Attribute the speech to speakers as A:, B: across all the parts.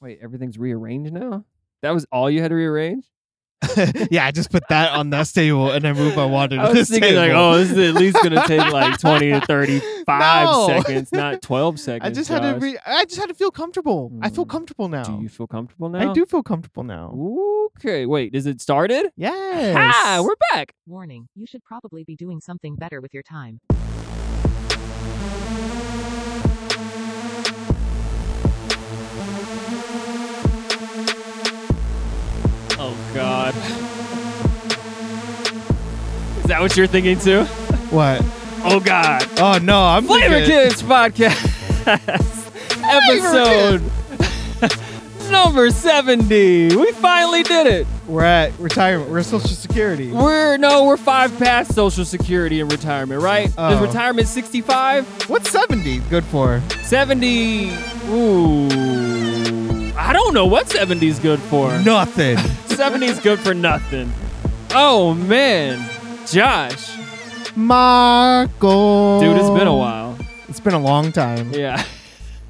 A: Wait, everything's rearranged now? That was all you had to rearrange?
B: yeah, I just put that on this table and I moved my water to
A: I was
B: this
A: thinking like,
B: table.
A: oh, this is at least gonna take like twenty to thirty-five
B: No.
A: seconds, not twelve seconds.
B: I just had to
A: Josh.
B: re- I just had to feel comfortable. I feel
A: Mm.
B: comfortable now.
A: Do you feel comfortable now?
B: I do feel comfortable now.
A: Okay, wait, is it started?
B: Yes.
A: Ah, we're back.
C: Warning, you should probably be doing something better with your time.
A: Oh God. Is that what you're thinking too?
B: what?
A: Oh God.
B: Oh no, I'm
A: Flavor
B: thinking-
A: Kids Podcast episode number 70. We finally did it.
B: We're at retirement. We're at Social Security.
A: We're no, we're five past Social Security and retirement, right?
B: Oh.
A: Is retirement 65?
B: What's seventy good for?
A: 70. Ooh. I don't know what 70 is good for.
B: Nothing.
A: 70 is good for nothing. Oh man. Josh.
B: Marco.
A: Dude, it's been a while.
B: It's been a long time.
A: Yeah.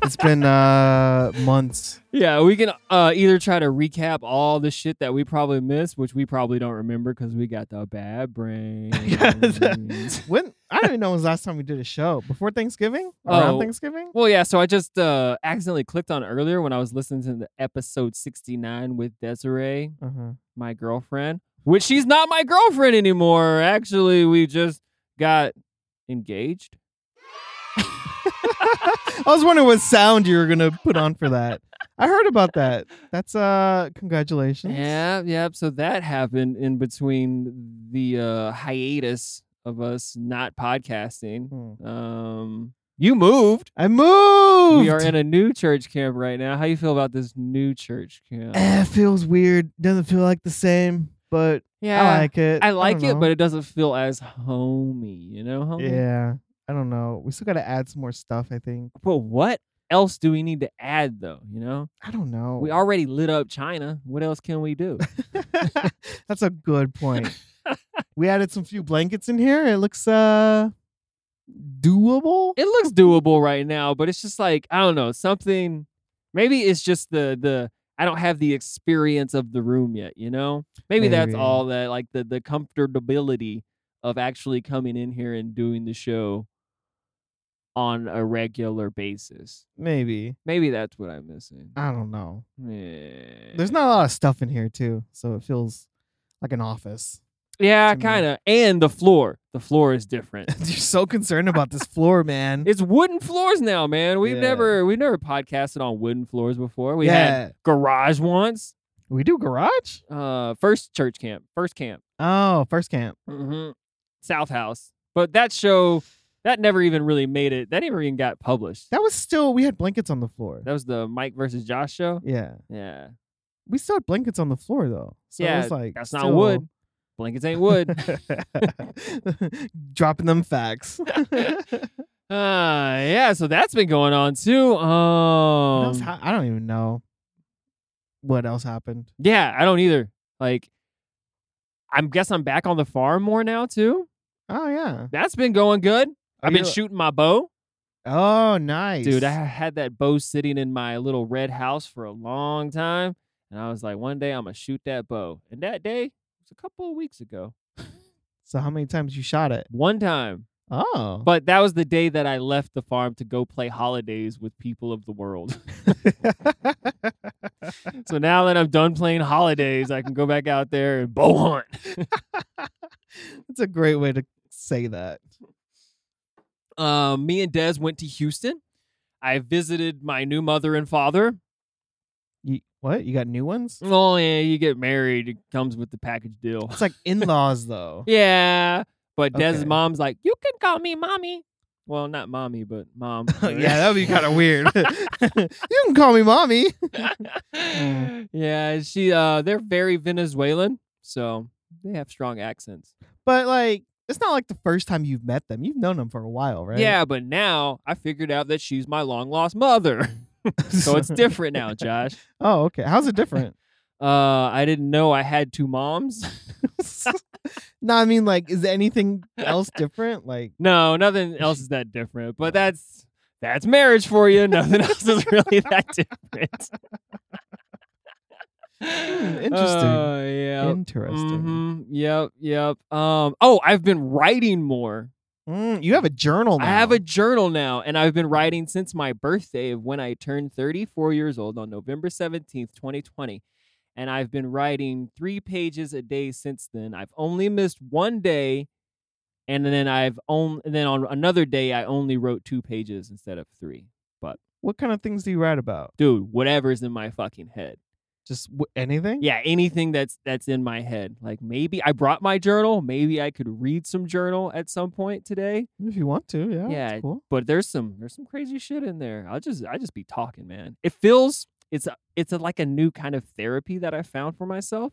B: It's been uh months.
A: Yeah, we can uh, either try to recap all the shit that we probably missed, which we probably don't remember because we got the bad brain.
B: When I don't even know when was the last time we did a show. Before Thanksgiving?
A: Oh.
B: Around Thanksgiving?
A: well, yeah, so I just uh, accidentally clicked on earlier when I was listening to the episode 69 with Desiree,
B: Uh-huh.
A: my girlfriend, which she's not my girlfriend anymore. Actually, we just got engaged.
B: I was wondering what sound you were gonna put on for that. I heard about that. That's uh congratulations.
A: Yeah, yeah. So that happened in between the uh, hiatus of us not podcasting.
B: Hmm.
A: Um, you moved.
B: I moved.
A: We are in a new church camp right now. How you feel about this new church camp?
B: Eh, it feels weird. Doesn't feel like the same, but I like it.
A: I like
B: don't
A: it,
B: know.
A: but it doesn't feel as homey, you know, homey?
B: yeah, I don't know. We still got to add some more stuff. I think.
A: But what else do we need to add though, you know?
B: I don't know.
A: We already lit up China. What else can we do?
B: That's a good point. we added some few blankets in here. It looks uh doable.
A: it looks doable right now, but it's just like, I don't know, something maybe it's just the the I don't have the experience of the room yet, you know? Maybe, that's
B: Maybe.
A: all that like the the comfortability of actually coming in here and doing the show on a regular basis.
B: Maybe.
A: Maybe that's what I'm missing.
B: I don't know.
A: Yeah.
B: Uh, There's not a lot of stuff in here too, so it feels like an office.
A: Yeah,
B: to me.
A: kind of. And the floor. The floor is different.
B: You're so concerned about this floor, man.
A: It's wooden floors now, man. We've
B: Yeah.
A: never we've never podcasted on wooden floors before. We had
B: yeah.
A: garage once.
B: we do garage?
A: uh first church camp first camp
B: Oh, first camp.
A: mm-hmm. south house but that show that never even really made it that never even got published
B: That was still we had blankets on the floor.
A: that was the mike versus josh show
B: yeah.
A: yeah
B: We still had blankets on the floor though. So
A: yeah
B: it was like
A: that's not
B: still-
A: wood blankets ain't wood
B: Dropping them facts.
A: uh yeah so that's been going on too
B: What
A: um
B: else ha- I don't even know what else happened.
A: yeah i don't either like i'm guess i'm back on the farm more now too
B: Oh yeah.
A: that's been going good
B: Oh,
A: i've been
B: You-
A: shooting my bow
B: Oh nice.
A: Dude, I ha- had that bow sitting in my little red house for a long time. And I was like, one day I'm going to shoot that bow. And that day was a couple of weeks ago.
B: So how many times you shot it?
A: One time.
B: Oh.
A: But that was the day that I left the farm to go play holidays with people of the world. so now that I'm done playing holidays, I can go back out there and bow hunt.
B: That's a great way to say that.
A: Um, me and Des went to Houston. I visited my new mother and father.
B: You, what? You got new ones?
A: Oh, yeah, you get married. It comes with the package deal.
B: It's like in-laws though.
A: Yeah. But Dez's
B: Okay.
A: mom's like, you can call me mommy. Well, not mommy, but mom.
B: yeah, that would be kind of weird. you can call me mommy. Mm.
A: yeah, she uh they're very Venezuelan, so they have strong accents.
B: But like, it's not like the first time you've met them. You've known them for a while, right?
A: Yeah, but now I figured out that she's my long lost mother. so it's different now, Josh.
B: oh, okay. How's it different?
A: Uh I didn't know I had two moms.
B: no, I mean, like, is anything else different? Like,
A: No, nothing else is that different. But that's that's marriage for you. Nothing else is really that different.
B: Hmm, interesting.
A: Uh, yeah.
B: Interesting.
A: Mhm. Yep. Yep. Um. Oh, I've been writing more.
B: Mm, you have a journal now.
A: I have a journal now, and I've been writing since my birthday of when I turned 34 years old on November 17th, 2020. And I've been writing three pages a day since then. I've only missed one day, and then I've only and then on another day I only wrote two pages instead of three.
B: What kind of things do you write about?
A: Dude, whatever's in my fucking head.
B: Just w- anything?
A: yeah anything that's that's in my head like maybe i brought my journal maybe i could read some journal at some point today
B: If you want to, yeah.
A: Yeah,
B: That's cool.
A: but there's some there's some crazy shit in there i'll just i just be talking man it feels it's a, it's a, like a new kind of therapy that i found for myself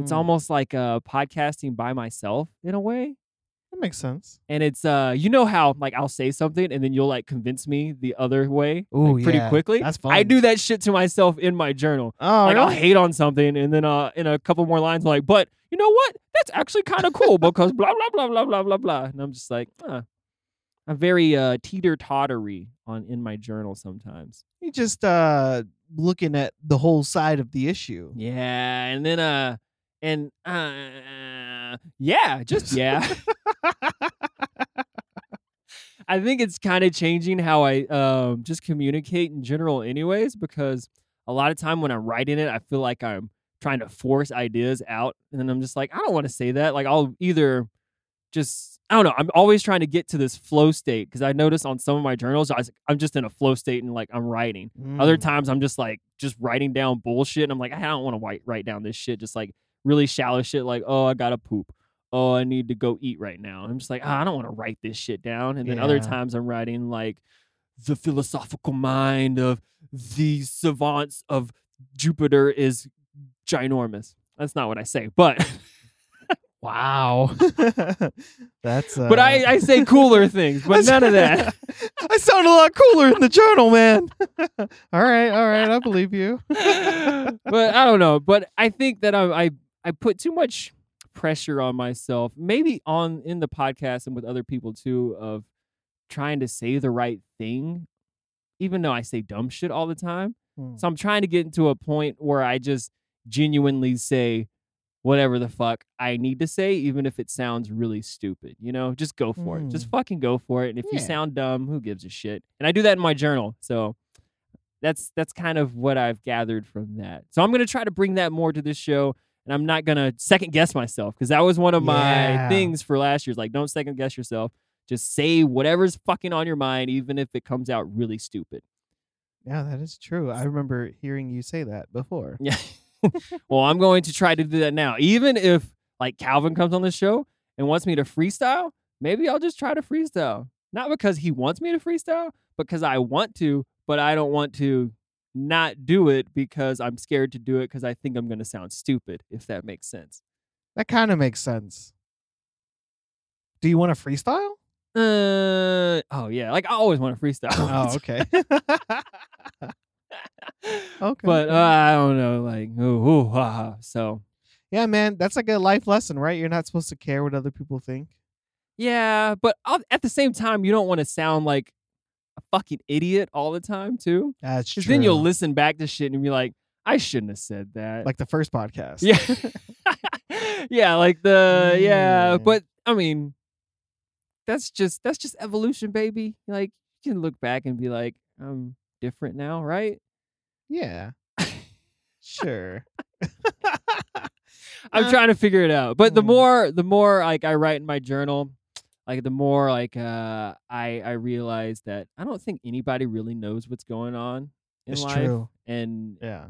A: it's
B: Mm,
A: almost like uh podcasting by myself in a way
B: That makes sense.
A: and it's uh you know how like i'll say something and then you'll like convince me the other way
B: Oh,
A: like, pretty
B: yeah.
A: quickly
B: That's fun.
A: i do that shit to myself in my journal
B: Oh,
A: like I'll
B: really?
A: hate on something, and then uh, in a couple more lines, I'm like, but you know what? That's actually kind of cool because blah blah blah blah blah blah blah. And I'm just like, huh. I'm very uh, teeter tottery on in my journal sometimes.
B: you just uh looking at the whole side of the issue.
A: Yeah, and then uh, and uh, yeah, just yeah. I think it's kind of changing how I um, just communicate in general, anyways, because a lot of time when I'm writing it, I feel like I'm trying to force ideas out. And then I'm just like, I don't want to say that. Like, I'll either just, I don't know. I'm always trying to get to this flow state because I noticed on some of my journals, I was, I'm just in a flow state and like I'm writing. Other
B: Mm.
A: times, I'm just like, just writing down bullshit. And I'm like, I don't want to write, write down this shit. Just like really shallow shit, like, oh, I got to poop. Oh, I need to go eat right now. I'm just like, ah, I don't want to write this shit down. And then other
B: Yeah.
A: times, I'm writing like the philosophical mind of the savants of Jupiter is ginormous. That's not what I say, but
B: Wow. That's uh,
A: but I, I say cooler things, but none of that.
B: I sound a lot cooler in the journal, man. all right, all right, I believe you.
A: but I don't know. But I think that I, I I put too much pressure on myself, maybe on in the podcast and with other people too, of trying to say the right thing, even though I say dumb shit all the time.
B: Hmm.
A: So I'm trying to get into a point where I just genuinely say whatever the fuck I need to say, even if it sounds really stupid. You know, just go for it. Just
B: Mm.
A: fucking go for it. And if you
B: Yeah.
A: sound dumb, who gives a shit? And I do that in my journal. So that's that's kind of what I've gathered from that. So I'm gonna try to bring that more to this show. And I'm not gonna second guess myself because that was one of my
B: Yeah.
A: things for last year's. Like, don't second guess yourself. Just say whatever's fucking on your mind, even if it comes out really stupid.
B: Yeah, that is true. I remember hearing you say that before.
A: Yeah. well, I'm going to try to do that now. Even if like Calvin comes on the show and wants me to freestyle, maybe I'll just try to freestyle. Not because he wants me to freestyle, because I want to, but I don't want to not do it because I'm scared to do it because I think I'm going to sound stupid, if that makes sense.
B: That kind of makes sense. Do you want to freestyle?
A: Uh, oh, yeah. Like I always want to freestyle.
B: Oh, okay. okay.
A: But uh, I don't know, like, ooh, ooh, ha, ha. so
B: yeah, man, that's like a life lesson, right? You're not supposed to care what other people think.
A: Yeah, but al- at the same time, you don't want to sound like a fucking idiot all the time, too.
B: That's true.
A: Because then you'll listen back to shit and be like, I shouldn't have said that.
B: like the first podcast.
A: yeah. yeah, like the, yeah.
B: Mm.
A: But I mean, that's just, that's just evolution, baby. Like, you can look back and be like, I'm different now, right?
B: Yeah. sure.
A: I'm
B: Uh,
A: trying to figure it out. But the
B: hmm.
A: more the more like I write in my journal, like the more like uh I I realize that I don't think anybody really knows what's going on in
B: It's
A: life.
B: true.
A: And
B: Yeah.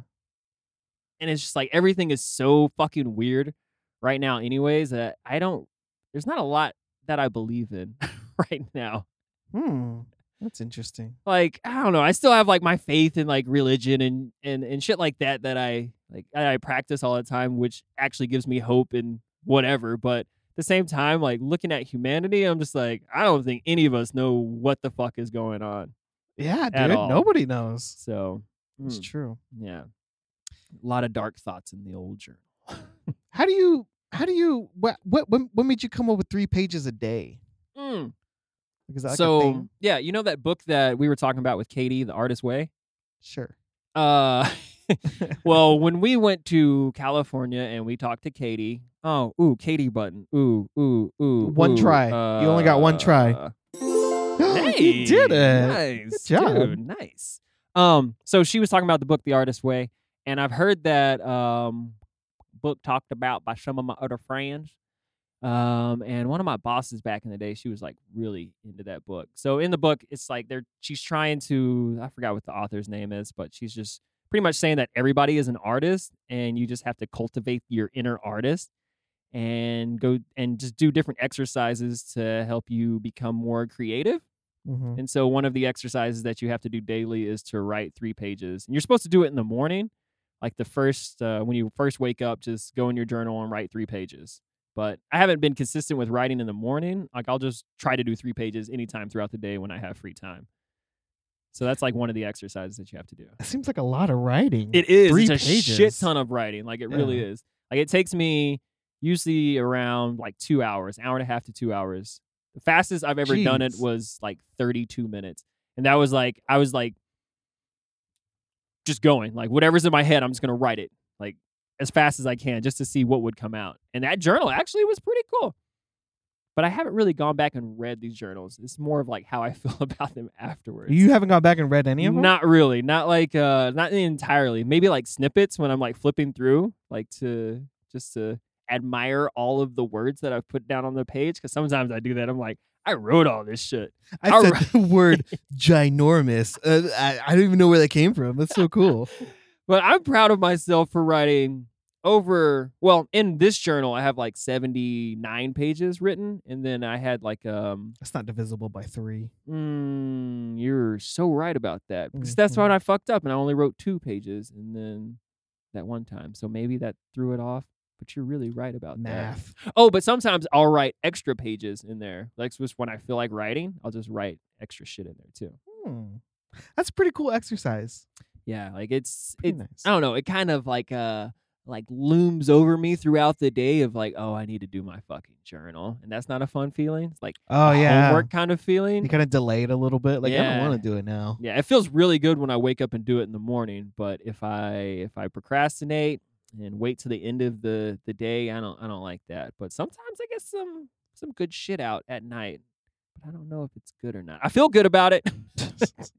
A: and it's just like everything is so fucking weird right now anyways that I don't there's not a lot that I believe in right now
B: Hmm. That's interesting.
A: like I don't know. I still have like my faith in like religion and and and shit like that that I like that I practice all the time, which actually gives me hope and whatever. But at the same time, like looking at humanity, I'm just like I don't think any of us know what the fuck is going on.
B: Yeah,
A: At
B: dude.
A: all.
B: Nobody knows.
A: So
B: It's
A: mm,
B: true.
A: yeah, a lot of dark thoughts in the old journal.
B: How do you? How do you? What? What? When, when made you come up with three pages a day?
A: Mm.
B: Because like a
A: So
B: thing?
A: yeah, you know that book that we were talking about with Katie, The Artist Way.
B: sure.
A: Uh, well, when we went to California and we talked to Katie, oh, ooh, Katie Button, ooh, ooh, ooh,
B: One
A: ooh,
B: try. You only got one try.
A: uh,
B: hey,
A: Hey,
B: you did it.
A: Nice,
B: Good job.
A: dude. Nice. Um, so she was talking about the book The Artist Way, and I've heard that um book talked about by some of my other friends. Um, and one of my bosses back in the day, she was like really into that book. So in the book, it's like they're she's trying to I forgot what the author's name is, but she's just pretty much saying that everybody is an artist and you just have to cultivate your inner artist and go and just do different exercises to help you become more creative.
B: Mhm.
A: And so one of the exercises that you have to do daily is to write three pages. And you're supposed to do it in the morning, like the first uh, when you first wake up, just go in your journal and write three pages. But I haven't been consistent with writing in the morning. Like I'll just try to do three pages anytime throughout the day when I have free time. So that's like one of the exercises that you have to do.
B: That seems like a lot of writing.
A: It is
B: Three
A: it's a shit
B: pages.
A: ton of writing. Like it really
B: Yeah.
A: is. Like it takes me usually around like two hours, hour and a half to two hours. The fastest I've ever done it
B: Jeez.
A: was like thirty-two minutes, and that was like I was like just going like whatever's in my head, I'm just gonna write it like as fast as I can just to see what would come out. And that journal actually was pretty cool. But I haven't really gone back and read these journals. It's more of like how I feel about them afterwards.
B: You haven't gone back and read any of them?
A: Not really. Not like uh not entirely. Maybe like snippets when I'm like flipping through, like to just to admire all of the words that I've put down on the page. Cause sometimes I do that. I'm like, I wrote all this shit.
B: I
A: All
B: said
A: right.
B: the word ginormous. Uh, I, I don't even know where that came from. That's so cool.
A: But I'm proud of myself for writing over well, in this journal I have like seventy nine pages written. And then I had like um
B: That's not divisible by three.
A: Mm, you're so right about that. Because that's when
B: Mhm.
A: I fucked up and I only wrote two pages and then that one time. So maybe that threw it off. But you're really right about
B: Math.
A: that. Oh, but sometimes I'll write extra pages in there. Like just when I feel like writing, I'll just write extra shit in there too.
B: Hmm. That's a pretty cool exercise.
A: Yeah, like it's
B: Pretty
A: it,
B: nice.
A: I don't know, it kind of like uh like looms over me throughout the day of like, oh, I need to do my fucking journal. And that's not a fun feeling. It's like
B: Oh
A: a
B: yeah,
A: homework kind of feeling.
B: you kind of delayed a little bit. Like I
A: Yeah.
B: don't want to do it now.
A: Yeah, it feels really good when I wake up and do it in the morning, but if I if I procrastinate and wait till the end of the the day, I don't I don't like that. But sometimes I get some some good shit out at night. But I don't know if it's good or not. I feel good about it.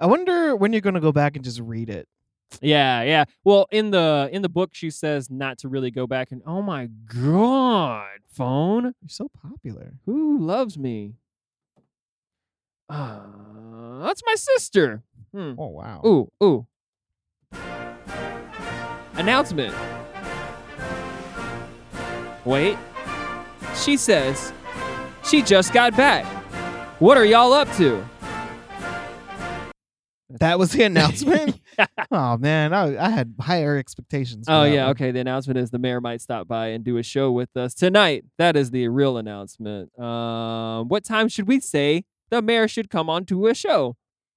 B: I wonder when you're gonna go back and just read it.
A: yeah, yeah. Well, in the in the book she says not to really go back and oh my god, phone,
B: You're so popular.
A: who loves me? Uh, that's my sister. Hmm.
B: Oh wow.
A: Ooh, ooh. Announcement. Wait. She says, she just got back. What are y'all up to?
B: That was the announcement. oh man, I, I had higher expectations. for
A: Oh,
B: that
A: yeah.
B: one.
A: Okay. The announcement is the mayor might stop by and do a show with us tonight. That is the real announcement. Um, what time should we say the mayor should come on to a show?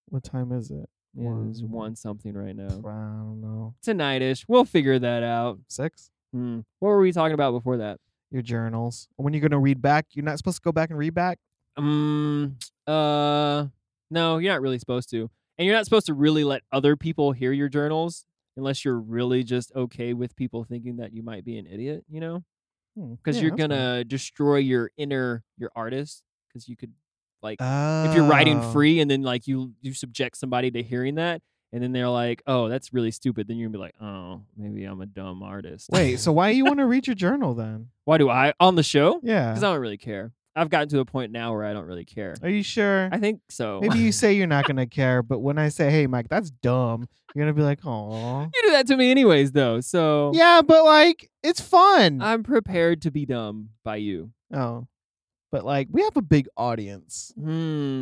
B: What time is it?
A: It is
B: One.
A: one something Mm. right
B: I
A: now.
B: don't know.
A: Tonightish. We'll figure that out.
B: Six.
A: Hmm. What were we talking about before that?
B: Your journals. When you're gonna read back, you're not supposed to go back and read back.
A: Um. Uh. No, you're not really supposed to, and you're not supposed to really let other people hear your journals unless you're really just okay with people thinking that you might be an idiot. You know, because you're gonna destroy your inner your artist. Because you could like if you're writing
B: Oh.
A: free and then like you you subject somebody to hearing that. And then they're like, "Oh, that's really stupid." Then you're gonna be like, "Oh, maybe I'm a dumb artist."
B: Wait, so why you want to read your journal then?
A: why do I on the show?
B: Yeah.
A: Because I don't really care. I've gotten to a point now where I don't really care.
B: Are you sure?
A: I think so.
B: Maybe you say you're not gonna care, but when I say, "Hey, Mike, that's dumb," you're gonna be like, "Oh,
A: You do that to me anyways, though. So
B: yeah, but like, it's fun."
A: I'm prepared to be dumb by you.
B: oh, but like, we have a big audience.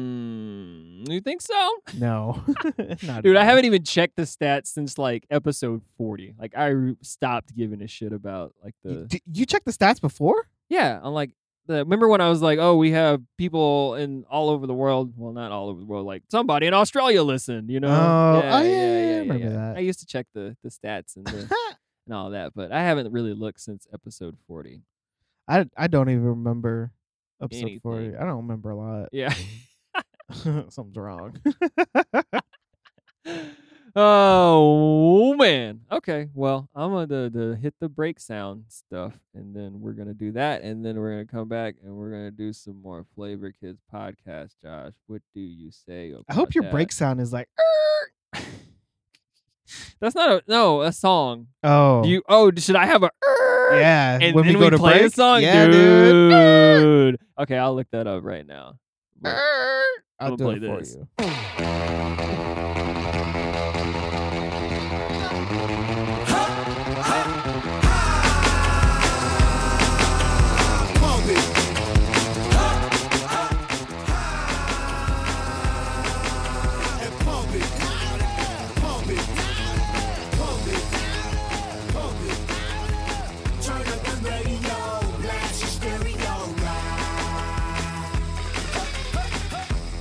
A: Hmm. You think so?
B: No, Not
A: Dude,
B: at
A: I
B: all.
A: haven't even checked the stats since like episode 40. Like I re- stopped giving a shit about like
B: You,
A: the
B: d- you checked the stats before?
A: Yeah, on like the remember when I was like, "Oh, we have people in all over the world, well, not all over the world, like somebody in Australia listened, you know?"
B: Oh, oh, yeah, yeah, I remember that.
A: I used to check the the stats and the, and all that, but I haven't really looked since episode 40.
B: I I don't even remember episode forty.
A: Anything.
B: I don't remember a lot.
A: Yeah.
B: Something's wrong.
A: oh Oh man. Okay. Well, I'm gonna the hit the break sound stuff, and then we're gonna do that, and then we're gonna come back, and we're gonna do some more Flavor Kids podcast. Josh, what do you say?
B: I hope
A: about
B: your
A: that?
B: break sound is like,
A: That's not a no a song.
B: oh,
A: You oh should I have a?
B: yeah.
A: And
B: when
A: then
B: we go to
A: play
B: break,
A: a song,
B: yeah,
A: dude. Okay, I'll look that up right now. But-
B: I'll
A: I'ma
B: do
A: play
B: it for
A: this.
B: you.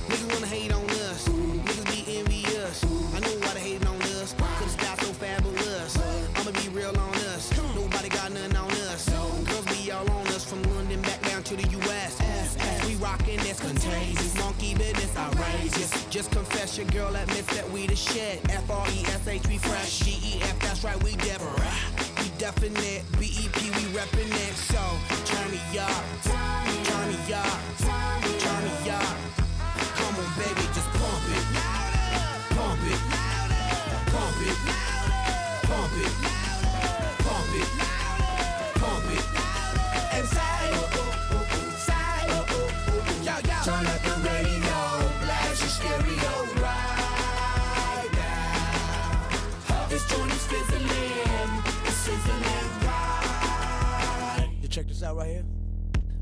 D: Niggas wanna hate on us. Niggas be envious. I knew why they hating on us. Could've stopped so fabulous. I'ma be real on us. Nobody got nothing on us. Girls be all on us from London back down to the US. We rockin' that's contagious. Monkey business outrageous. Just confess your girl admits that we the shit. F R E S H, we fresh. G E F, that's right, we different. We definite. B E P, we reppin' it. So, turn me up. Turn me up. Turn me up. Come on, baby, just pump it. Pump it. Pump it. Pump it. Pump it. Pump it. And oh, side. Side. oh, Yo, yo. Turn up the radio. Blast your stereo right now. This joint is fizzling. It's sizzling right. You check this out right here.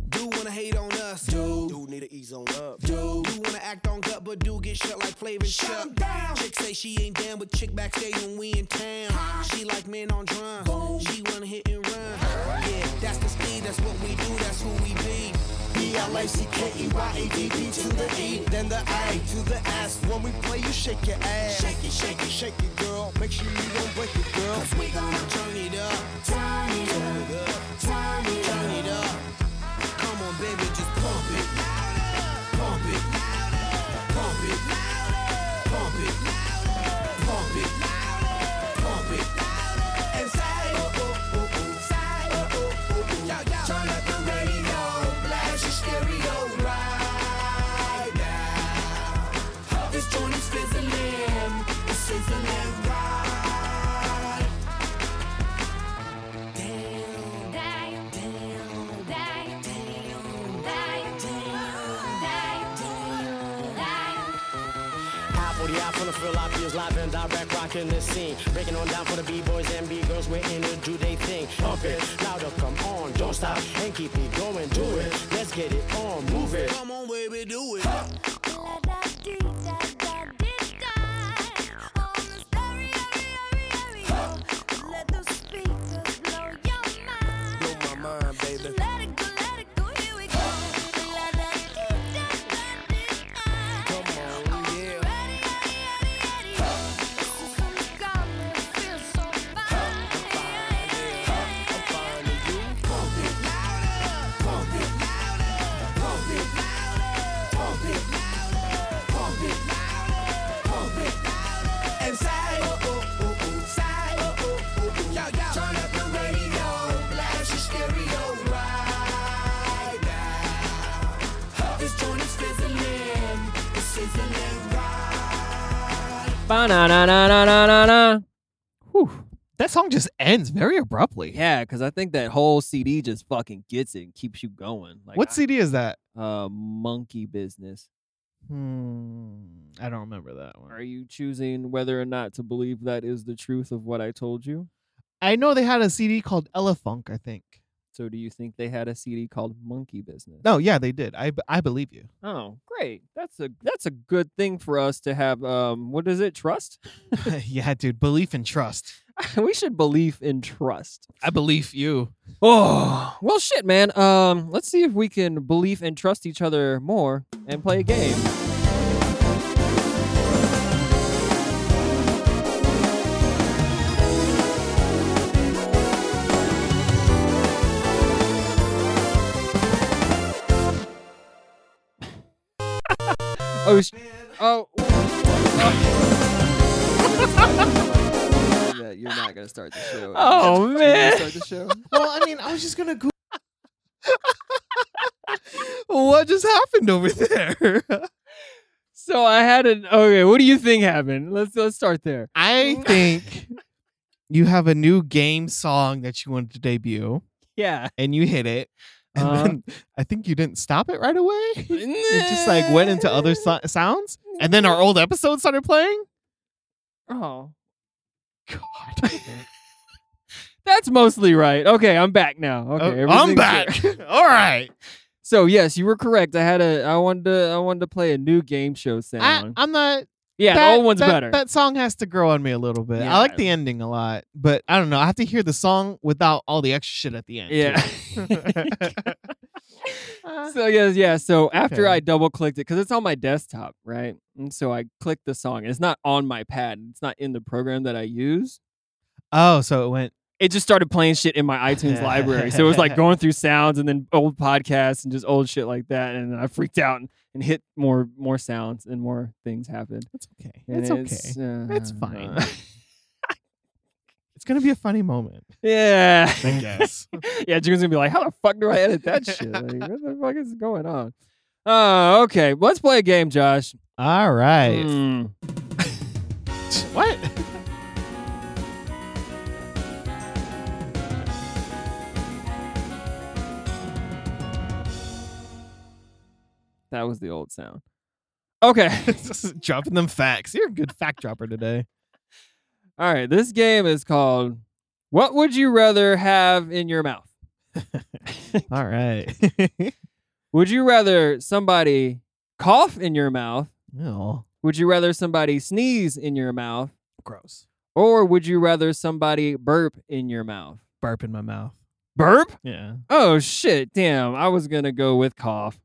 D: Do wanna hate on us? Do do need to ease on up? Do do wanna act on gut, but do get shut like flavor and shut Chuck. down. Chick say she ain't down, but chick backstage when we in town. She like men on drums. She wanna hit and run. Yeah, that's the speed. That's what we do. That's who we be. B L A C K E Y A D D to the E, then the A to the S. When we play, you shake your ass. Shake it, shake it, shake it, girl. Make sure you don't break it, girl. Cause we gonna turn it up. Turn it up. Turn it up. Turn it up. Come on, baby, just pump it. Pump it. Pump it. Pump it. Pump it. Pump it. And say, oh, say, oh, yo, yo. Turn up the radio, blast your stereo right now. This joint is fizzling, it's sizzling right. Damn, damn, damn, damn, damn, damn.
E: Apple, yeah, from the Philippines, live and direct, rocking the scene. Breaking on down for the B-boys and B-girls, we're in it, do they thing. Pump it, louder, come on, don't stop, and keep it going, do it. Let's get it on, move it.
D: Come on, baby, do it.
E: Blow my mind, baby.
D: And say, say, yo, yo. Turn up the radio, blast your stereo right now. This joint is fizzling, it's sizzling right.
A: Ba-na-na-na-na-na-na. Whew.
B: That song just ends very abruptly.
A: Yeah, because I think that whole CD just fucking gets it and keeps you going. Like
B: what
A: I-
B: CD is that?
A: uh, monkey business?
B: Hmm, I don't remember that one.
A: Are you choosing whether or not to believe that is the truth of what I told you?
B: I know they had a CD called Ella Funk, I think.
A: So do you think they had a CD called Monkey Business?
B: No, yeah, they did. I, b- I believe you.
A: Oh, great. That's a that's a good thing for us to have. Um, what is it? Trust.
B: yeah, dude, belief and trust.
A: we should believe in trust.
B: I believe you.
A: Oh well, shit, man. Um, let's see if we can believe and trust each other more and play a game. oh, sh- oh.
F: that you're not gonna start the show.
A: Oh,
F: You're gonna
A: man.
F: start the show.
B: well, I mean, I was just gonna go. what just happened over there?
A: So I had an okay. What do you think happened? Let's let's start there. Mm.
B: I think you have a new game song that you wanted to debut,
A: Yeah,
B: and you hit it. And
A: Uh-huh.
B: then I think you didn't stop it right away. It just like went into other so- sounds, and then our old episode started playing.
A: Oh,
B: God,
A: that's mostly right. Okay, I'm back now.
B: Oh,
A: Okay,
B: I'm
A: everything's good.
B: back. All right,
A: So yes, you were correct. I had a I wanted to I wanted to play a new game show
B: I,
A: sound.
B: I'm not.
A: yeah,
B: that,
A: the old one's
B: that-
A: better.
B: That song has to grow on me a little bit.
A: Yeah.
B: I like the ending a lot, but I don't know. I have to hear the song without all the extra shit at the end.
A: yeah.
B: too.
A: so yes, yeah. So after
B: Okay.
A: I double clicked it, because it's on my desktop, right? And so I clicked the song. and It's not on my pad. and It's not in the program that I use.
B: oh, so it went.
A: It just started playing shit in my iTunes library. So it was like going through sounds and then old podcasts and just old shit like that. And I freaked out and, and hit more more sounds and more things happened.
B: It's okay.
A: And
B: It's okay.
A: uh,
B: It's fine. It's gonna be a funny moment.
A: yeah.
B: I guess.
A: yeah, June's gonna be like, "How the fuck do I edit that shit? Like, what the fuck is going on?" Uh, okay, let's play a game, Josh.
B: all right.
A: Hmm.
B: What?
A: That was the old sound. Okay,
B: Just dropping them facts. You're a good fact dropper today.
A: all right. This game is called "What Would You Rather Have in Your Mouth."
B: All right.
A: Would you rather somebody cough in your mouth?
B: oh,
A: Would you rather somebody sneeze in your mouth?
B: gross.
A: Or would you rather somebody burp in your mouth?
B: Burp in my mouth.
A: Burp?
B: Yeah.
A: Oh shit! Damn, I was gonna go with cough.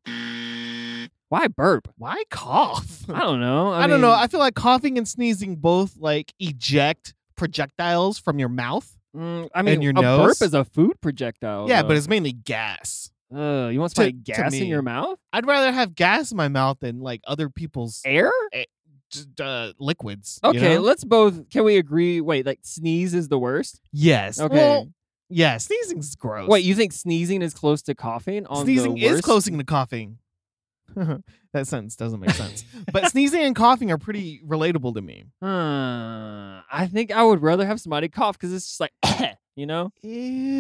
A: Why burp?
B: Why cough?
A: I don't know. I,
B: Hmm. I, don't know.
A: mean,
B: I feel like coughing and sneezing both like eject projectiles from your mouth.
A: Mm, I mean,
B: your
A: a
B: nose?
A: burp is a food projectile.
B: yeah,
A: though.
B: but it's mainly gas.
A: Ugh, you want
B: to-
A: somebody
B: to
A: gas in
B: me.
A: your mouth?
B: I'd rather have gas in my mouth than like other people's
A: Air?
B: just, uh, liquids. you
A: Okay,
B: know?
A: let's both. Can we agree? Wait, like sneeze is the worst.
B: Yes.
A: Okay.
B: Well, yeah, sneezing's gross.
A: Wait, you think sneezing is close to coughing? On the
B: sneezing is
A: worst?
B: closing to coughing. that sentence doesn't make sense. but sneezing and coughing are pretty relatable to me.
A: Huh, I think I would rather have somebody cough because it's just like, you know,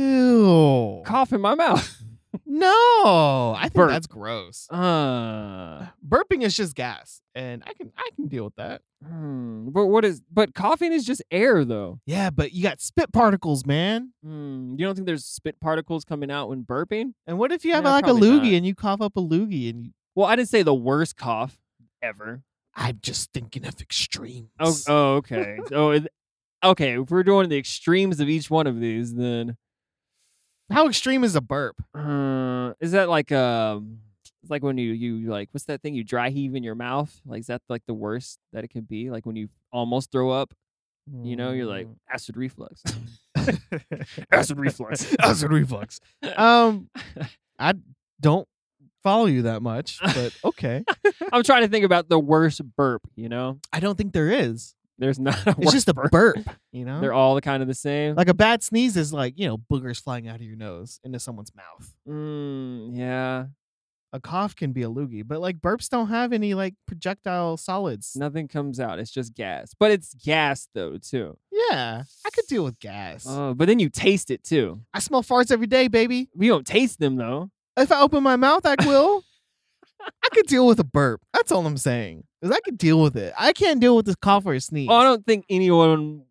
B: Ew.
A: cough in my mouth.
B: No, I think
A: Burp.
B: that's gross.
A: Uh,
B: Burping is just gas, and I can I can deal with that.
A: hmm, but what is? But coughing is just air, though.
B: Yeah, but you got spit particles, man.
A: Hmm, you don't think there's spit particles coming out when burping?
B: And what if you have
A: Yeah,
B: like a
A: probably
B: loogie
A: not.
B: and you cough up a loogie and you,
A: Well, I didn't say the worst cough ever.
B: I'm just thinking of extremes.
A: Oh, oh okay. so, it- okay, if we're doing the extremes of each one of these, then
B: How extreme is a burp?
A: uh, is that like um, it's like when you you like what's that thing you dry heave in your mouth? Like is that like the worst that it could be? Like when you almost throw up, you know, you're like
B: Mm.
A: acid reflux.
B: acid reflux. acid reflux. Um, I don't follow you that much, but okay.
A: I'm trying to think about the worst burp. You know,
B: I don't think there is.
A: there's not. A
B: It's
A: worst
B: just a
A: burp.
B: burp, you know.
A: They're all kind of the same.
B: like a bad sneeze is like you know boogers flying out of your nose into someone's mouth.
A: Mm, yeah,
B: A cough can be a loogie, but like burps don't have any like projectile solids.
A: nothing comes out. It's just gas, but it's gas though too.
B: Yeah, I could deal with gas.
A: Uh, but then you taste it too.
B: I smell farts every day, baby.
A: We don't taste them though.
B: If I open my mouth, I will. I could deal with a burp. That's all I'm saying. Is I could deal with it. I can't deal with a cough or a sneeze.
A: Well, Oh, I don't think anyone,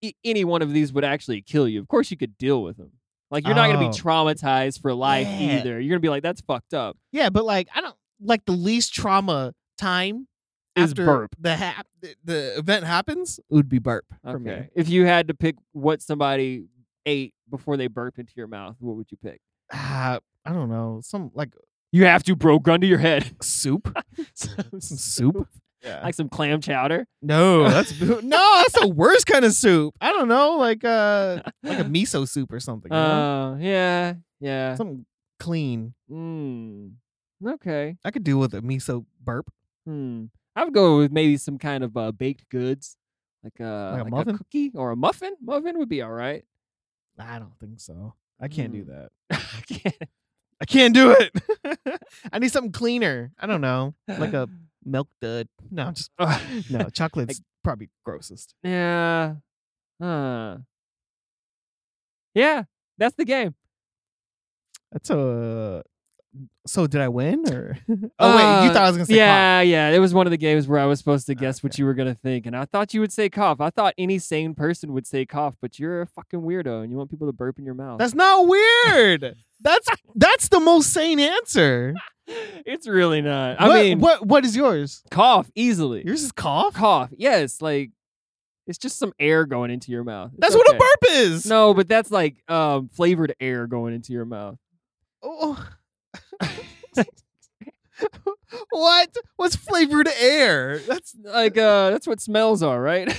A: e- any one of these would actually kill you. Of course, you could deal with them. Like you're not going
B: Oh.
A: to be traumatized for life
B: Yeah.
A: either. You're going to be like, that's fucked up.
B: Yeah, but like I don't like the least trauma time
A: Is
B: after
A: burp.
B: The hap- the- the event happens would be burp for me.
A: Okay. If you had to pick what somebody ate before they burped into your mouth, what would you pick?
B: Ah, I don't know some like
A: You have to, bro. Gun to your head.
B: soup,
A: some
B: some soup. Yeah.
A: like some clam chowder.
B: no, that's no, that's the worst kind of soup. I don't know, like uh, like a miso soup or something. you
A: Uh,
B: know?
A: yeah, yeah.
B: Something clean.
A: Mm. Okay.
B: I could deal with a miso burp.
A: Hmm. I would go with maybe some kind of uh, baked goods, Like a,
B: Like a
A: like a
B: muffin?
A: cookie or a muffin. Muffin would be all right.
B: I don't think so. I can't do
A: Mm.
B: that.
A: I can't-
B: I can't do it. I need something cleaner. I don't know, like a milk dud. No, I'm just no. Chocolate's probably grossest.
A: yeah. Uh. Yeah, that's the game.
B: That's a. So did I win or? Oh wait, you
A: Uh,
B: thought I was gonna say cough.
A: yeah, yeah. It was one of the games where I was supposed to
B: Ah,
A: guess what you were gonna think, and I thought you would say cough. I thought any sane person would say cough, but you're a fucking weirdo and you want people to burp in your mouth.
B: That's not weird. That's that's the most sane answer.
A: it's really not. I
B: what,
A: mean,
B: what what is yours?
A: cough easily.
B: Yours is cough.
A: cough. Yes, like it's just some air going into your mouth. It's
B: That's what
A: okay.
B: a burp is.
A: No, but that's like um flavored air going into your mouth.
B: Oh. what? What's flavored air? That's
A: Like uh that's what smells are, right?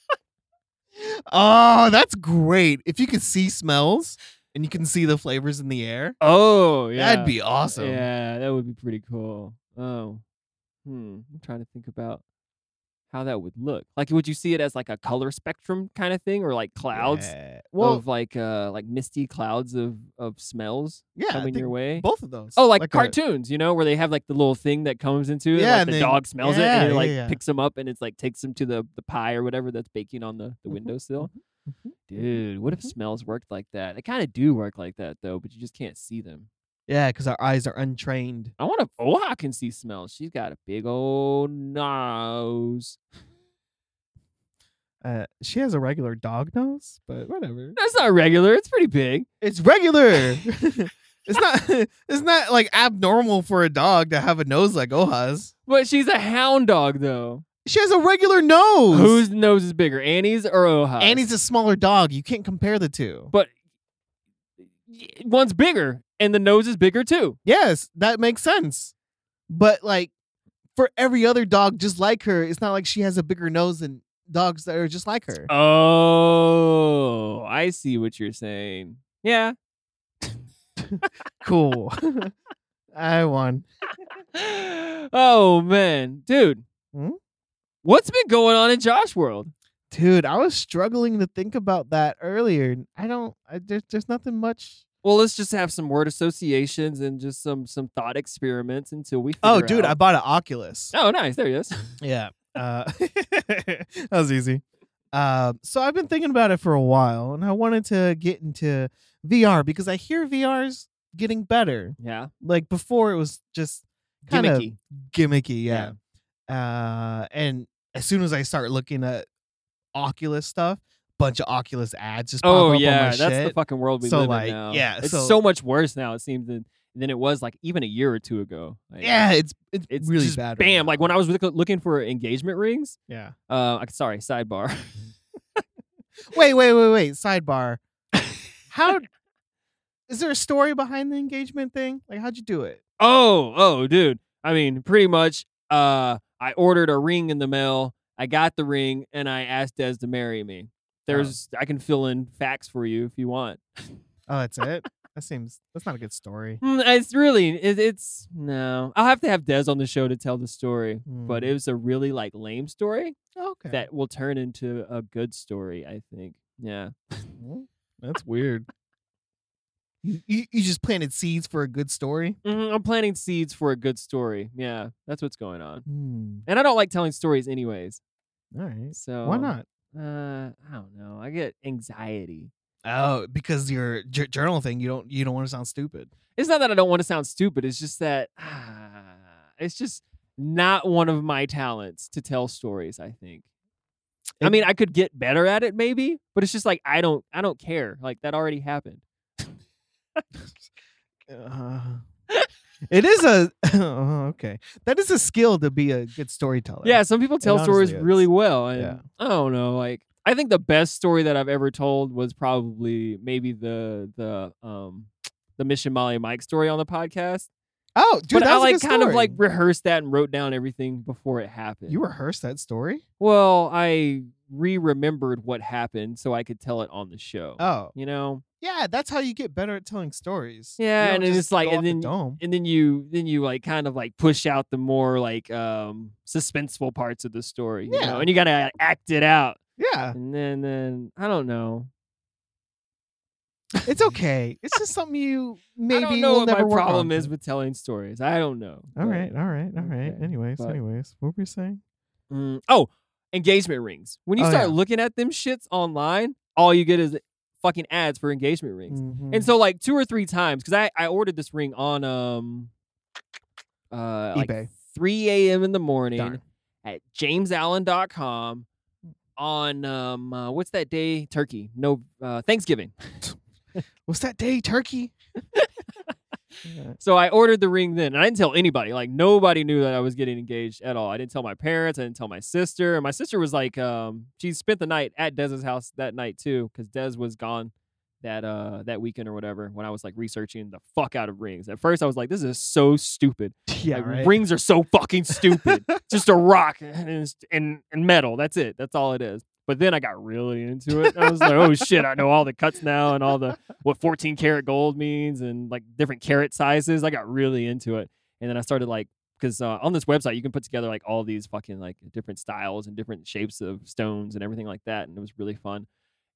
B: oh, that's great. If you could see smells and you can see the flavors in the air,
A: oh, yeah.
B: that'd be awesome.
A: Yeah, that would be pretty cool. Oh. Hmm, I'm trying to think about how that would look. Like would you see it as like a color spectrum kind of thing or like clouds
B: Yeah. Well,
A: of like uh like misty clouds of of smells
B: yeah, I
A: coming
B: think
A: your way?
B: both of those.
A: Oh, like,
B: a-
A: cartoons, you know, where they have like the little thing that comes into it.
B: Yeah,
A: like
B: and
A: the
B: they-
A: dog smells it
B: yeah,
A: and it
B: yeah,
A: like
B: yeah.
A: picks them up and it's like takes them to the, the pie or whatever that's baking on the, the
B: Mm-hmm,
A: windowsill.
B: mhm,
A: Dude, what if
B: mhm.
A: smells worked like that? They kind of do work like that though, but you just can't see them.
B: yeah, because our eyes are untrained.
A: I want to. Oh, I can see smells. She's got a big old nose.
B: Uh, she has a regular dog nose, but whatever.
A: That's not regular. It's pretty big.
B: It's regular. it's not. It's not like abnormal for a dog to have a nose like Oha's.
A: But she's a hound dog though.
B: She has a regular nose.
A: Whose nose is bigger, Annie's or Oha's?
B: Annie's a smaller dog. You can't compare the two.
A: But y- one's bigger, and the nose is bigger too.
B: Yes, that makes sense. But like for every other dog just like her, it's not like she has a bigger nose than dogs that are just like her.
A: Oh, I see what you're saying. Yeah.
B: Cool. I won.
A: oh man, dude.
B: Hmm?
A: What's been going on in Josh World?
B: Dude, I was struggling to think about that earlier. I don't I, there's there's nothing much.
A: Well, let's just have some word associations and just some some thought experiments until we. Figure
B: Oh, dude, I
A: out-
B: bought an Oculus.
A: Oh, nice. There he is.
B: Yeah. Uh, that was easy. Um, so I've been thinking about it for a while and I wanted to get into VR because I hear VR's getting better.
A: yeah.
B: Like before it was just kind of
A: Gimmicky.
B: gimmicky, yeah. Uh, and as soon as I start looking at Oculus stuff, bunch of Oculus ads just pop
A: Oh
B: up on my
A: yeah, that's
B: shit.
A: the fucking world we
B: So,
A: live
B: like,
A: in now.
B: yeah,
A: it's
B: so-
A: so much worse now. It seems than than it was like even a year or two ago. Like,
B: yeah, it's it's,
A: It's
B: really
A: just
B: bad. right
A: Bam!
B: now.
A: like when I was look- looking for engagement rings.
B: yeah.
A: Uh, I- sorry, sidebar.
B: Wait, wait, wait, wait. Sidebar. How is there a story behind the engagement thing? Like, how'd you do it?
A: Oh, oh, dude. I mean, pretty much. Uh, I ordered a ring in the mail. I got the ring, and I asked Des to marry me. There's, I can fill in facts for you if you want.
B: Oh, that's it. that seems that's not a good story.
A: Mm, it's really, it, it's no. I'll have to have Des on the show to tell the story, but
B: Mm.
A: it was a really like lame story
B: Oh, okay,
A: that will turn into a good story. I think. Yeah.
B: Well, that's weird. You, you you just planted seeds for a good story.
A: Mhm, I'm planting seeds for a good story. Yeah, that's what's going on.
B: Hmm.
A: And I don't like telling stories, anyways.
B: All right.
A: So
B: Why not?
A: Uh, I don't know. I get anxiety.
B: Oh, because your j- journal thing, you don't you don't want to sound stupid.
A: it's not that I don't want to sound stupid. It's just that ah, it's just not one of my talents to tell stories. I think. I
B: It-
A: mean, I could get better at it, maybe, but it's just like I don't, I don't care. Like that already happened.
B: Uh, it is a oh, okay. That is a skill to be a good storyteller.
A: Yeah, some people tell stories
B: honestly
A: really
B: is.
A: well, and
B: Yeah.
A: I don't know. Like, I think the best story that I've ever told was probably maybe the the um the Mission Molly Mike story on the podcast.
B: Oh, dude,
A: but
B: that
A: I
B: was a
A: like
B: good
A: kind of like
B: story.
A: rehearsed that and wrote down everything before it happened.
B: you rehearsed that story.
A: Well, I re-remembered what happened so I could tell it on the show.
B: Oh,
A: You know,
B: yeah, that's how you get better at telling stories.
A: Yeah,
B: You
A: and
B: don't
A: it's
B: just
A: like-
B: go
A: and
B: off the
A: then-
B: dome.
A: and then you then you like kind of like push out the more like um suspenseful parts of the story. You
B: Yeah.
A: know, and you gotta uh, act it out.
B: yeah,
A: And then then I don't know.
B: it's okay. It's just something you
A: I
B: maybe
A: don't know
B: will
A: what
B: never
A: my
B: work
A: problem
B: on.
A: is with telling stories. I don't know. but-
B: All right, all right, all right.
A: Okay,
B: Anyways,
A: but-
B: anyways, what were we saying?
A: Mm, Oh, engagement rings. When you
B: Oh,
A: start
B: yeah.
A: looking at them shits online, all you get is fucking ads for engagement rings.
B: Mm-hmm. Mm.
A: And so like two or three times, because I, I ordered this ring on um uh like
B: eBay.
A: 3 a.m. in the morning
B: Darn.
A: at jamesallen.com on um uh, what's that day? Turkey. No uh Thanksgiving.
B: What's that day, turkey? Yeah.
A: So I ordered the ring then, and I didn't tell anybody. Like nobody knew that I was getting engaged at all. I didn't tell my parents. I didn't tell my sister. And my sister was like, um, she spent the night at Dez's house that night too, because Dez was gone that uh that weekend or whatever. When I was like researching the fuck out of rings, at first I was like, this is so stupid.
B: Yeah,
A: Like,
B: right.
A: Rings are so fucking stupid. Just a rock and, it's- and and metal. That's it. That's all it is. But then I got really into it. I was like, oh shit, I know all the cuts now and all the what 14 karat gold means and like different carat sizes. I got really into it. And then I started like, because uh, on this website, you can put together like all these fucking like different styles and different shapes of stones and everything like that. And it was really fun.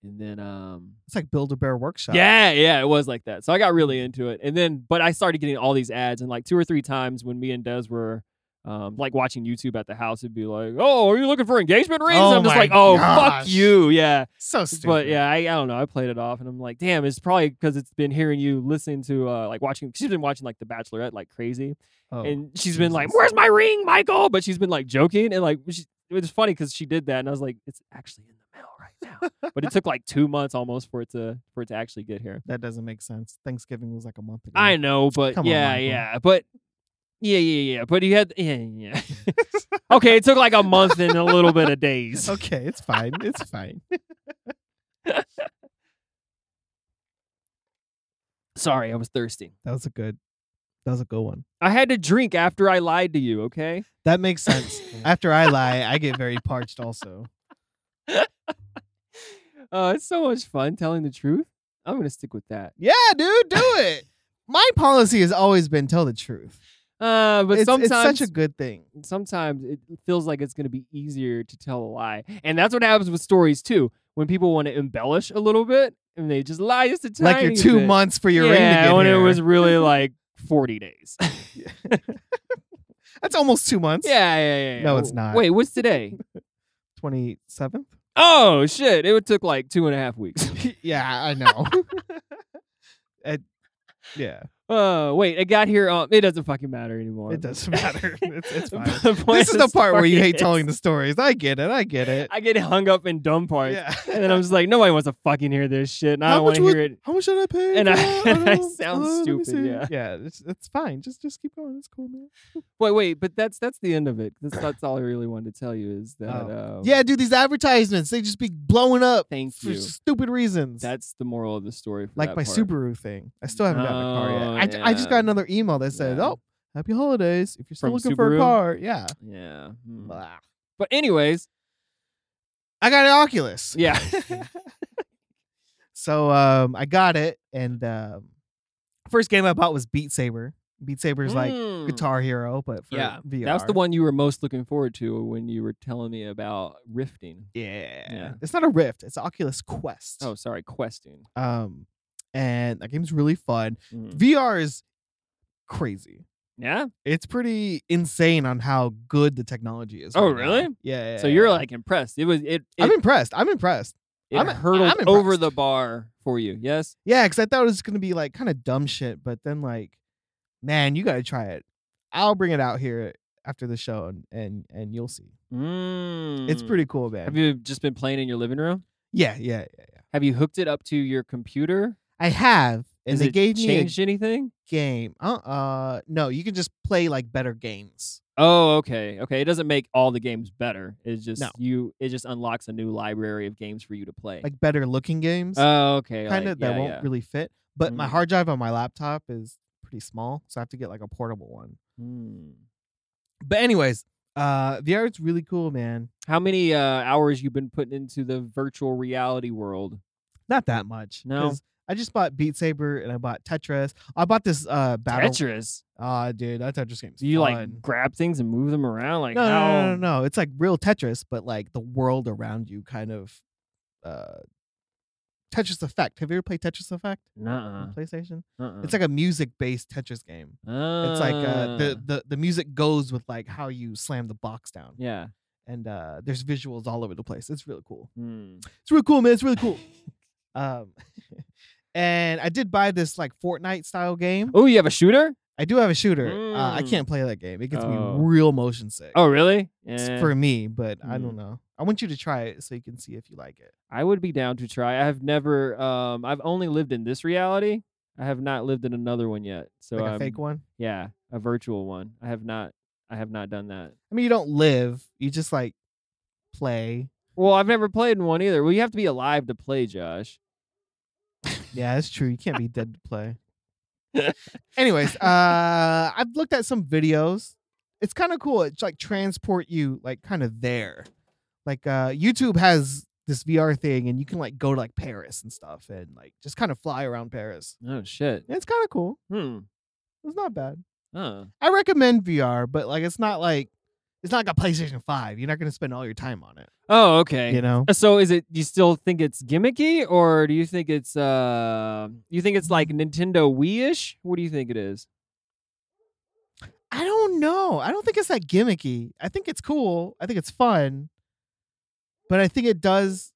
A: And then, um,
B: It's like Build a Bear Workshop.
A: yeah, yeah, it was like that. So I got really into it, and then but I started getting all these ads, and like two or three times when me and Des were. Um, like watching YouTube at the house, it'd be like, "Oh, are you looking for engagement rings?"
B: Oh
A: I'm just
B: my
A: like, "Oh,
B: gosh.
A: fuck you!" Yeah,
B: so stupid.
A: but yeah, I, I don't know. I played it off, and I'm like, "Damn, it's probably because it's been hearing you listening to uh, like watching. She's been watching like The Bachelorette like crazy,
B: Oh.
A: and she's been like,
B: Jesus.
A: "Where's my ring, Michael?" But she's been like joking, and like she, it was funny because she did that, and I was like, "It's actually in the mail right now." but it took like two months almost for it to for it to actually get here.
B: that doesn't make sense. Thanksgiving was like a month ago.
A: I know, but
B: Come on,
A: yeah,
B: Michael.
A: yeah, but yeah, yeah, yeah. But he had yeah, yeah. okay, it took like a month and a little bit of days.
B: Okay, it's fine. It's fine.
A: Sorry, I was thirsty.
B: That was a good. That was a good one.
A: I had to drink after I lied to you. Okay.
B: That makes sense. After I lie, I get very parched. Also,
A: Uh, it's so much fun telling the truth. I'm gonna stick with that.
B: yeah, dude, do it. My policy has always been tell the truth.
A: Uh, but
B: it's, it's
A: sometimes,
B: such a good thing.
A: sometimes it feels like it's gonna be easier to tell a lie, and that's what happens with stories too. When people want to embellish a little bit and they just lie just a tiny
B: Like your two
A: bit.
B: months for your
A: yeah,
B: ring to get
A: when it
B: here.
A: was really like 40 days. yeah,
B: That's almost two months.
A: yeah, yeah, yeah.
B: No, it's not.
A: Wait, what's today?
B: twenty seventh.
A: oh shit! It took like two and a half weeks.
B: yeah, I know. It- yeah,
A: Oh wait, it got here. Um, it doesn't fucking matter anymore.
B: it doesn't matter. It's, it's fine.
A: The point
B: This is the part where you
A: story
B: hate telling
A: is,
B: the stories. I get it. I get it.
A: I get hung up in dumb parts,
B: yeah.
A: and then I'm just like, nobody wants to fucking hear this shit, and I
B: How
A: don't
B: much
A: want to
B: would-
A: hear it.
B: How much did I pay?
A: And
B: for
A: I-
B: that?
A: and I
B: don't know.
A: sound
B: let me
A: stupid,
B: see.
A: yeah.
B: yeah. It's it's fine. Just just keep going. It's cool, man.
A: Wait, wait, but that's that's the end of it. That's that's all I really wanted to tell you is that.
B: Oh.
A: Uh,
B: Yeah, dude. These advertisements they just be blowing up
A: Thank
B: for
A: you.
B: stupid reasons.
A: That's the moral of the story. For
B: like
A: that
B: my
A: part.
B: Subaru thing. I still haven't gotten a car yet. I,
A: Oh,
B: I just got
A: yeah.
B: another email that said,
A: Yeah.
B: "Oh, happy holidays. If you're still
A: From
B: looking for
A: Subaru?
B: a car, yeah."
A: Yeah. hmm.
B: Blah.
A: But anyways,
B: I got an Oculus.
A: yeah.
B: So um, I got it, and um, first game I bought was Beat Saber. Beat Saber's like
A: Mm.
B: Guitar Hero, but for
A: Yeah,
B: VR.
A: That's the one you were most looking forward to when you were telling me about rifting.
B: Yeah.
A: Yeah.
B: It's not a Rift. It's Oculus Quest.
A: Oh, sorry, questing.
B: Um, and that game's really fun.
A: Mhm.
B: VR is crazy.
A: Yeah.
B: It's pretty insane on how good the technology is.
A: Oh,
B: right now.
A: really?
B: Yeah, yeah,
A: So you're
B: yeah.
A: like impressed. It was it. it
B: I'm impressed. I'm impressed.
A: it
B: I'm-
A: hurtled
B: I'm
A: over
B: impressed.
A: the bar for you. Yes.
B: Yeah, because I thought it was gonna be like kind of dumb shit, but then like, man, you gotta try it. I'll bring it out here after the show, and and and you'll see.
A: Mm.
B: It's pretty cool, man.
A: Have you just been playing in your living room?
B: yeah, yeah, yeah.
A: Have you hooked it up to your computer?
B: I have, and
A: Has
B: they
A: it
B: gave me a
A: changed anything?
B: game. Uh, uh, no, you can just play like better games.
A: Oh, okay, okay. It doesn't make all the games better. It's just
B: No.
A: you. It just unlocks a new library of games for you to play.
B: like better looking games
A: Eh. oh, okay.
B: kind of
A: like,
B: that
A: yeah,
B: won't
A: yeah.
B: really fit but my
A: Mm.
B: hard drive on my laptop is pretty small so i have to get like a portable one
A: Hmm.
B: but anyways Uh, VR's really cool, man.
A: How many uh, hours you been putting into the virtual reality world?
B: Not that much.
A: No.
B: 'cause I just bought Beat Saber and I bought Tetris. I bought this uh battle.
A: Tetris.
B: Ah, dude, that Tetris game's
A: Do you
B: fun.
A: like grab things and move them around? Like
B: no,
A: how?
B: no, no, no, no. It's like real Tetris, but like the world around you kind of uh Tetris Effect. Have you ever played Tetris Effect
A: Nuh-uh.
B: on PlayStation?
A: Uh-uh.
B: It's like a music based Tetris game. It's like uh, the, the the music goes with like how you slam the box down,
A: yeah.
B: and uh, there's visuals all over the place. It's really cool.
A: Hmm.
B: It's really cool, man. It's really cool. um, and I did buy this like Fortnite style game.
A: Oh, you have a shooter?
B: I do have a shooter. Uh, I
A: Mm.
B: can't play that game. It gets
A: Oh.
B: me real motion sick.
A: Oh, really?
B: It's
A: Yeah.
B: for me, but I
A: Mm.
B: don't know. I want you to try it so you can see if you like it.
A: I would be down to try. I have never. Um, I've only lived in this reality. I have not lived in another one yet. So
B: like
A: I'm-
B: a fake one.
A: Yeah, a virtual one. I have not. I have not done that.
B: I mean, you don't live. You just like play.
A: Well, I've never played in one either. Well, you have to be alive to play, Josh.
B: Yeah, that's true. You can't be dead to play. Anyways, uh, I've looked at some videos. It's kind of cool. It's like transport you like kind of there. Like uh, YouTube has this VR thing, and you can like go to like Paris and stuff, and like just kind of fly around Paris.
A: Oh shit.
B: It's kind of cool.
A: Hmm.
B: It's not bad.
A: Huh.
B: I recommend VR, but like it's not like it's not like a PlayStation Five. You're not gonna spend all your time on it.
A: Oh, okay.
B: You know?
A: Uh, So is it? You still think it's gimmicky, or do you think it's uh? You think it's like Nintendo Wii-ish? What do you think it is?
B: I don't know. I don't think it's that gimmicky. I think it's cool. I think it's fun. But I think it does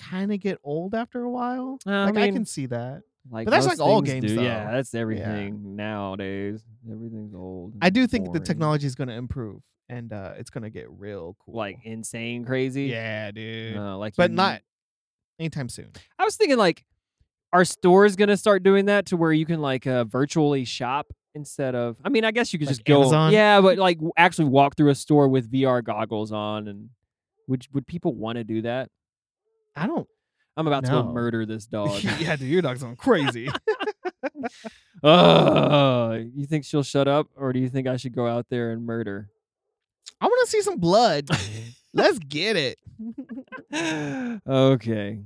B: kind of get old after a while.
A: Uh, I
B: like I
A: mean,
B: can see that.
A: Like
B: But that's
A: most
B: like all
A: things
B: games,
A: do. Yeah,
B: though.
A: that's everything nowadays. Everything's old.
B: I do think the
A: boring.
B: technology is going to improve and uh it's going to get real cool.
A: like insane crazy.
B: yeah, dude.
A: Uh, like,
B: but
A: you-
B: not anytime soon.
A: I was thinking like, are stores gonna start doing that to where you can like uh, virtually shop instead of? I mean, I guess you could
B: Like
A: just go.
B: Amazon?
A: Yeah, but like w- actually walk through a store with VR goggles on, and would would people want to do that?
B: I don't.
A: I'm about to
B: No.
A: go murder this dog.
B: yeah, dude, your dog's going crazy.
A: Ugh. you think she'll shut up, or do you think I should go out there and murder?
B: I want to see some blood. Let's get it.
A: okay.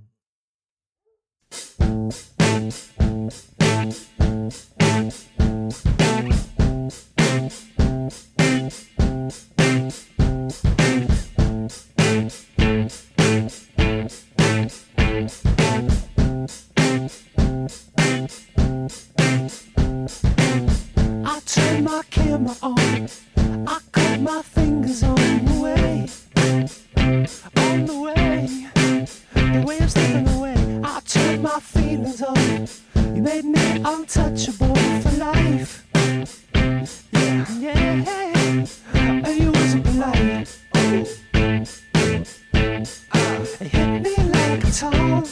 E: I turn my camera on. I cut my fingers on the way. On the way. The way I'm slipping away. I turn my feelings on. You made me untouchable for life. Yeah, yeah. And you was polite. Oh. Ah, it hit me like a ton.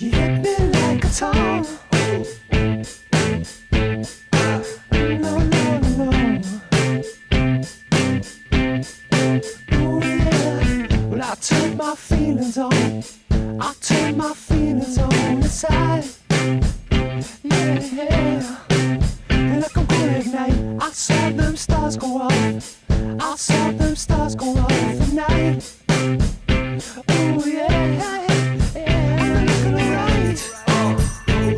E: You hit me like a ton. No, no, no. Oh, yeah. Well, I turn my feelings on. I turn my feelings on the side. Yeah. And I come cool at night. I saw them stars go off. I saw them stars go off at night. Oh, yeah. Yeah. I'm looking alright.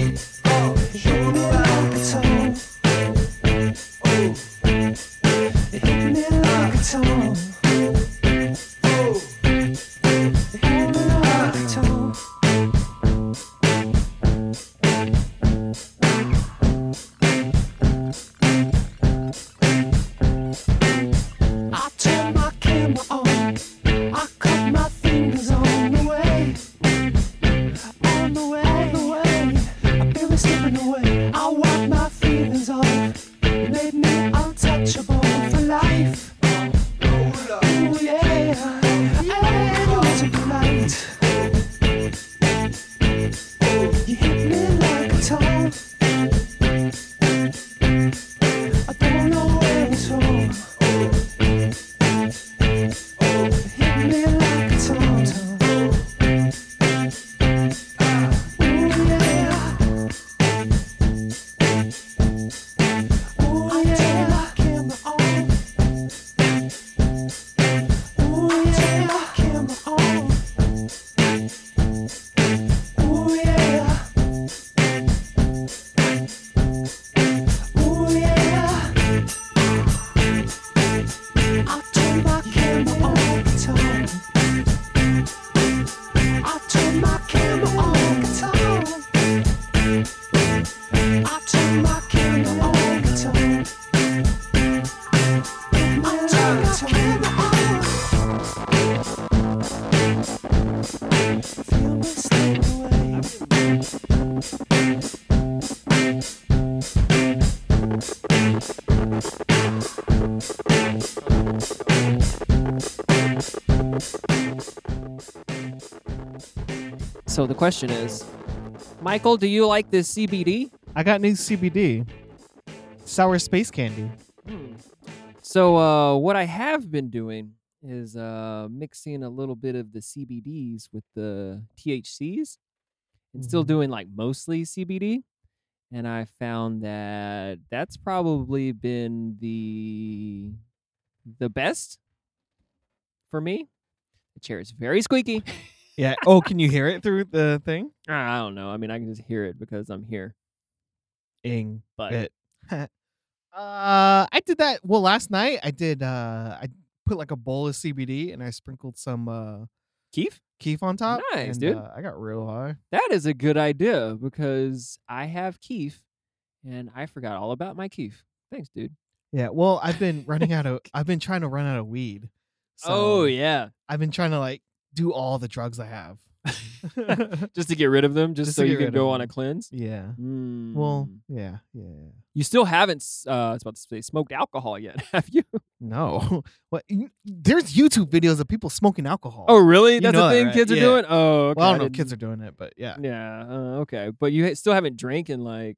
E: Hit me like a ton. It hit me like a ton. It hit me like a ton. I turn my camera on. I cut my fingers on the way. On the way. On the way. I feel me slipping away. I wipe my feelings off. You made me untouchable for life. Oh,
A: So the question is, Michael, do you like this CBD?
B: I got new CBD, sour space candy.
A: So uh, what I have been doing is uh, mixing a little bit of the CBDs with the THCs, and still
B: Mhm.
A: doing like mostly CBD. And I found that that's probably been the the best for me. The chair is very squeaky.
B: Yeah. Oh, can you hear it through the thing?
A: I don't know. I mean, I can just hear it because I'm here.
B: Ing.
A: But
B: it. uh, I did that. Well, last night I did. Uh, I put like a bowl of CBD and I sprinkled some uh,
A: Keith,
B: keef on top.
A: Nice,
B: and,
A: dude.
B: uh, I got real high.
A: That is a good idea because I have Keef and I forgot all about my Keef. Thanks, dude.
B: Yeah. Well, I've been running out of. I've been trying to run out of weed.
A: oh,
B: so
A: yeah.
B: I've been trying to like do all the drugs I have.
A: Just to get rid of them, just,
B: Just
A: so
B: to
A: you
B: get
A: can
B: rid
A: go
B: of
A: on a
B: them.
A: cleanse.
B: yeah. Well,
A: Mm.
B: yeah, yeah. yeah.
A: you still haven't, s- uh, I was about to say, smoked alcohol yet, have you?
B: No. What? you- There's YouTube videos of people smoking alcohol.
A: Oh, really?
B: You
A: That's
B: know
A: a
B: that,
A: thing
B: right?
A: kids are
B: Yeah.
A: doing? Oh, okay.
B: well, I don't know if kids are doing it, but yeah.
A: Yeah, uh, okay. But you ha- still haven't drank in like,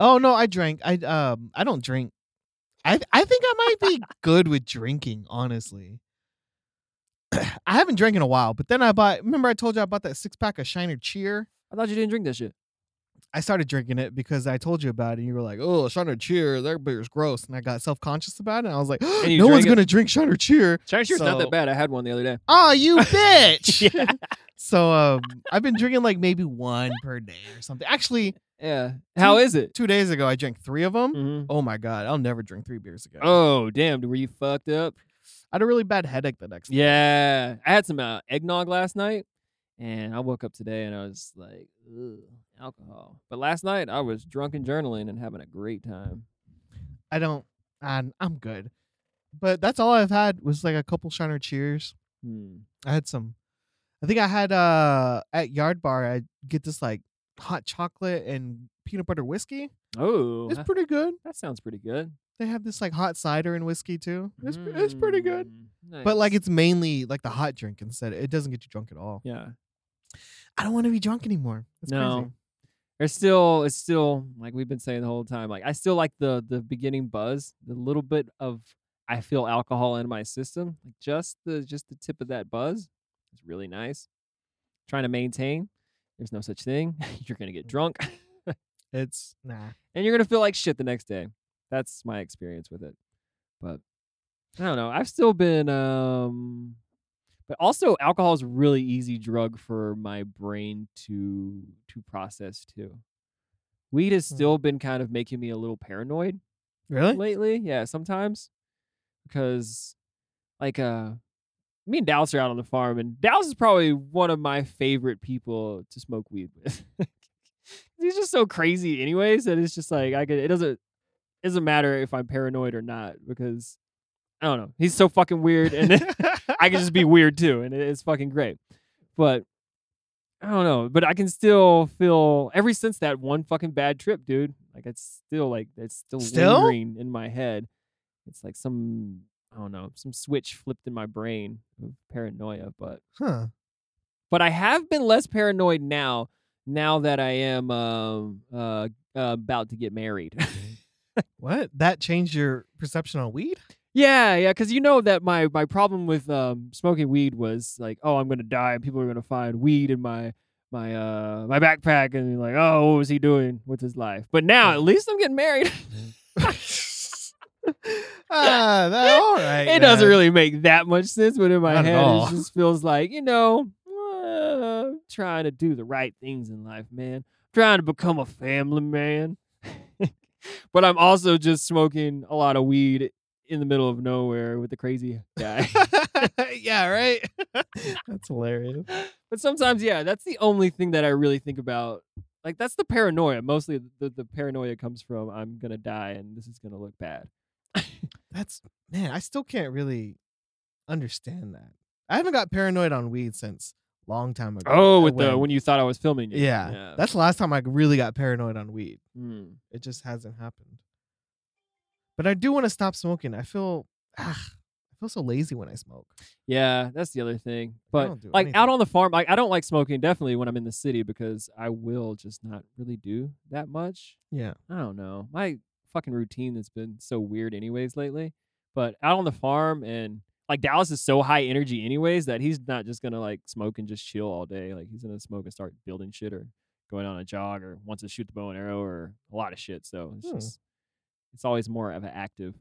B: Oh no, I drank. I um, I don't drink. I I think I might be good with drinking, honestly. I haven't drank in a while, but then I bought. Remember, I told you I bought that six pack of Shiner Cheer.
A: I thought you didn't drink that shit.
B: I started drinking it because I told you about it, and you were like, "Oh, Shiner Cheer, that beer's gross," and I got self conscious about it. And I was like,
A: you
B: "No
A: drank
B: one's
A: it?
B: gonna drink Shiner Cheer."
A: China Cheer's not
B: So-
A: that bad. I had one the other day.
B: Oh, you bitch!
A: Yeah.
B: So um, I've been drinking like maybe one per day or something. Actually,
A: Yeah. How is it?
B: two days ago I drank three of them.
A: Mhm.
B: Oh my god, I'll never drink three beers again.
A: Oh, damn. Were you fucked up?
B: I had a really bad headache the next.
A: Yeah, I had some uh, eggnog last night, and I woke up today and I was like, Ugh, alcohol. But last night I was drunk and journaling and having a great time.
B: I don't. I'm, I'm good, but that's all I've had was like a couple Shiner Cheers.
A: Hmm.
B: I had some. I think I had uh at Yard Bar. I get this like hot chocolate and peanut butter whiskey.
A: Oh,
B: It's
A: that-
B: pretty good.
A: that sounds pretty good.
B: They have this like hot cider and whiskey too. It's pre- it's pretty good.
A: Mm,
B: But like
A: nice.
B: it's mainly like the hot drink instead. It doesn't get you drunk at all.
A: yeah,
B: I don't want to be drunk anymore. That's
A: No.
B: crazy.
A: it's still it's still like we've been saying the whole time. Like I still like the the beginning buzz, the little bit of I feel alcohol in my system, like just the just the tip of that buzz. It's really nice. Trying to maintain. There's no such thing. You're gonna get drunk.
B: It's nah.
A: and you're gonna feel like shit the next day. That's my experience with it. But I don't know. I've still been um but also alcohol is a really easy drug for my brain to to process too. Weed has
B: Hmm.
A: still been kind of making me a little paranoid
B: Really?
A: lately. Yeah, sometimes because like uh me and Dallas are out on the farm, and Dallas is probably one of my favorite people to smoke weed with. He's just so crazy, anyways, that it's just like I could. It doesn't it doesn't matter if I'm paranoid or not because I don't know. He's so fucking weird, and I can just be weird too, and it- it's fucking great. But I don't know. But I can still feel ever since that one fucking bad trip, dude. Like it's still like it's still,
B: Still?
A: lingering in my head. It's like some I don't know some switch flipped in my brain of paranoia. But
B: huh.
A: but I have been less paranoid now. Now that I am um, uh, uh, about to get married.
B: What? That changed your perception on weed?
A: Yeah, yeah, because you know that my my problem with um, smoking weed was like, oh, I'm gonna die, and people are gonna find weed in my my uh my backpack, and like, oh, what was he doing with his life? But now, at least I'm getting married.
B: ah, that, all right.
A: it doesn't
B: man.
A: really make that much sense, but in my
B: Not at all.
A: head, it just feels like you know, uh, trying to do the right things in life, man. trying to become a family man, but I'm also just smoking a lot of weed in the middle of nowhere with the crazy guy.
B: yeah, right. That's hilarious.
A: but sometimes yeah that's the only thing that i really think about like that's the paranoia mostly the, the paranoia comes from i'm gonna die and this is gonna look bad
B: That's man. I still can't really understand that. I haven't got paranoid on weed since long time ago.
A: oh
B: uh,
A: with the when you thought i was filming you
B: yeah, that's the last time I really got paranoid on weed.
A: Mm.
B: It just hasn't happened. But I do want to stop smoking. I feel ah, I feel so lazy when I smoke.
A: Yeah, that's the other thing. But
B: don't do
A: like out
B: anything.
A: on the farm, like I don't like smoking definitely when I'm in the city because I will just not really do that much.
B: Yeah.
A: I don't know. My fucking routine has been so weird anyways lately. But out on the farm and like Dallas is so high energy anyways that he's not just gonna like smoke and just chill all day. Like he's gonna smoke and start building shit or going on a jog or wants to shoot the bow and arrow or a lot of shit. So it's
B: Hmm.
A: just it's always more of an active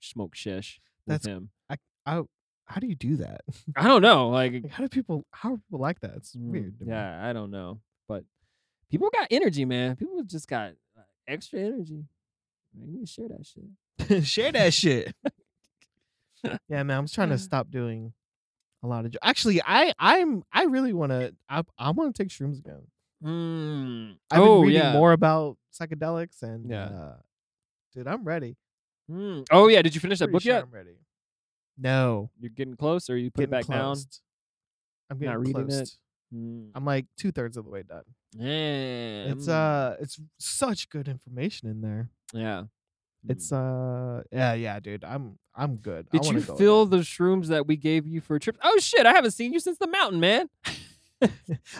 A: smoke shish with
B: That's-
A: him.
B: I, how do you do that?
A: I don't know. Like
B: Like, how do people? How are people like that? It's weird.
A: Mm,
B: to me.
A: Yeah, I don't know, but people got energy, man. People just got uh, extra energy. Man, you need to share that shit.
B: Share that shit. yeah, man. I'm just
A: Mm.
B: trying to stop doing a lot of. Jo- Actually, I I'm I really want to. I I want to take shrooms again.
A: Mm.
B: I've
A: oh
B: been reading
A: yeah.
B: more about psychedelics and
A: Yeah.
B: uh, dude, I'm ready.
A: Mm. Oh yeah. Did you finish that
B: Hmm. Pretty
A: book
B: sure
A: yet?
B: I'm ready. No,
A: You're getting close, or you put it
B: getting
A: back
B: closed. I'm
A: Not
B: getting
A: reading it?
B: closed.
A: down.
B: I'm like two thirds of the way done.
A: Mm.
B: It's uh, it's such good information in there.
A: yeah.
B: It's uh, yeah, yeah, dude. I'm I'm good. I
A: Mm. Did
B: wanna
A: you
B: go
A: fill
B: again.
A: the shrooms that we gave you for a trip? Oh shit! I haven't seen you since the mountain, man.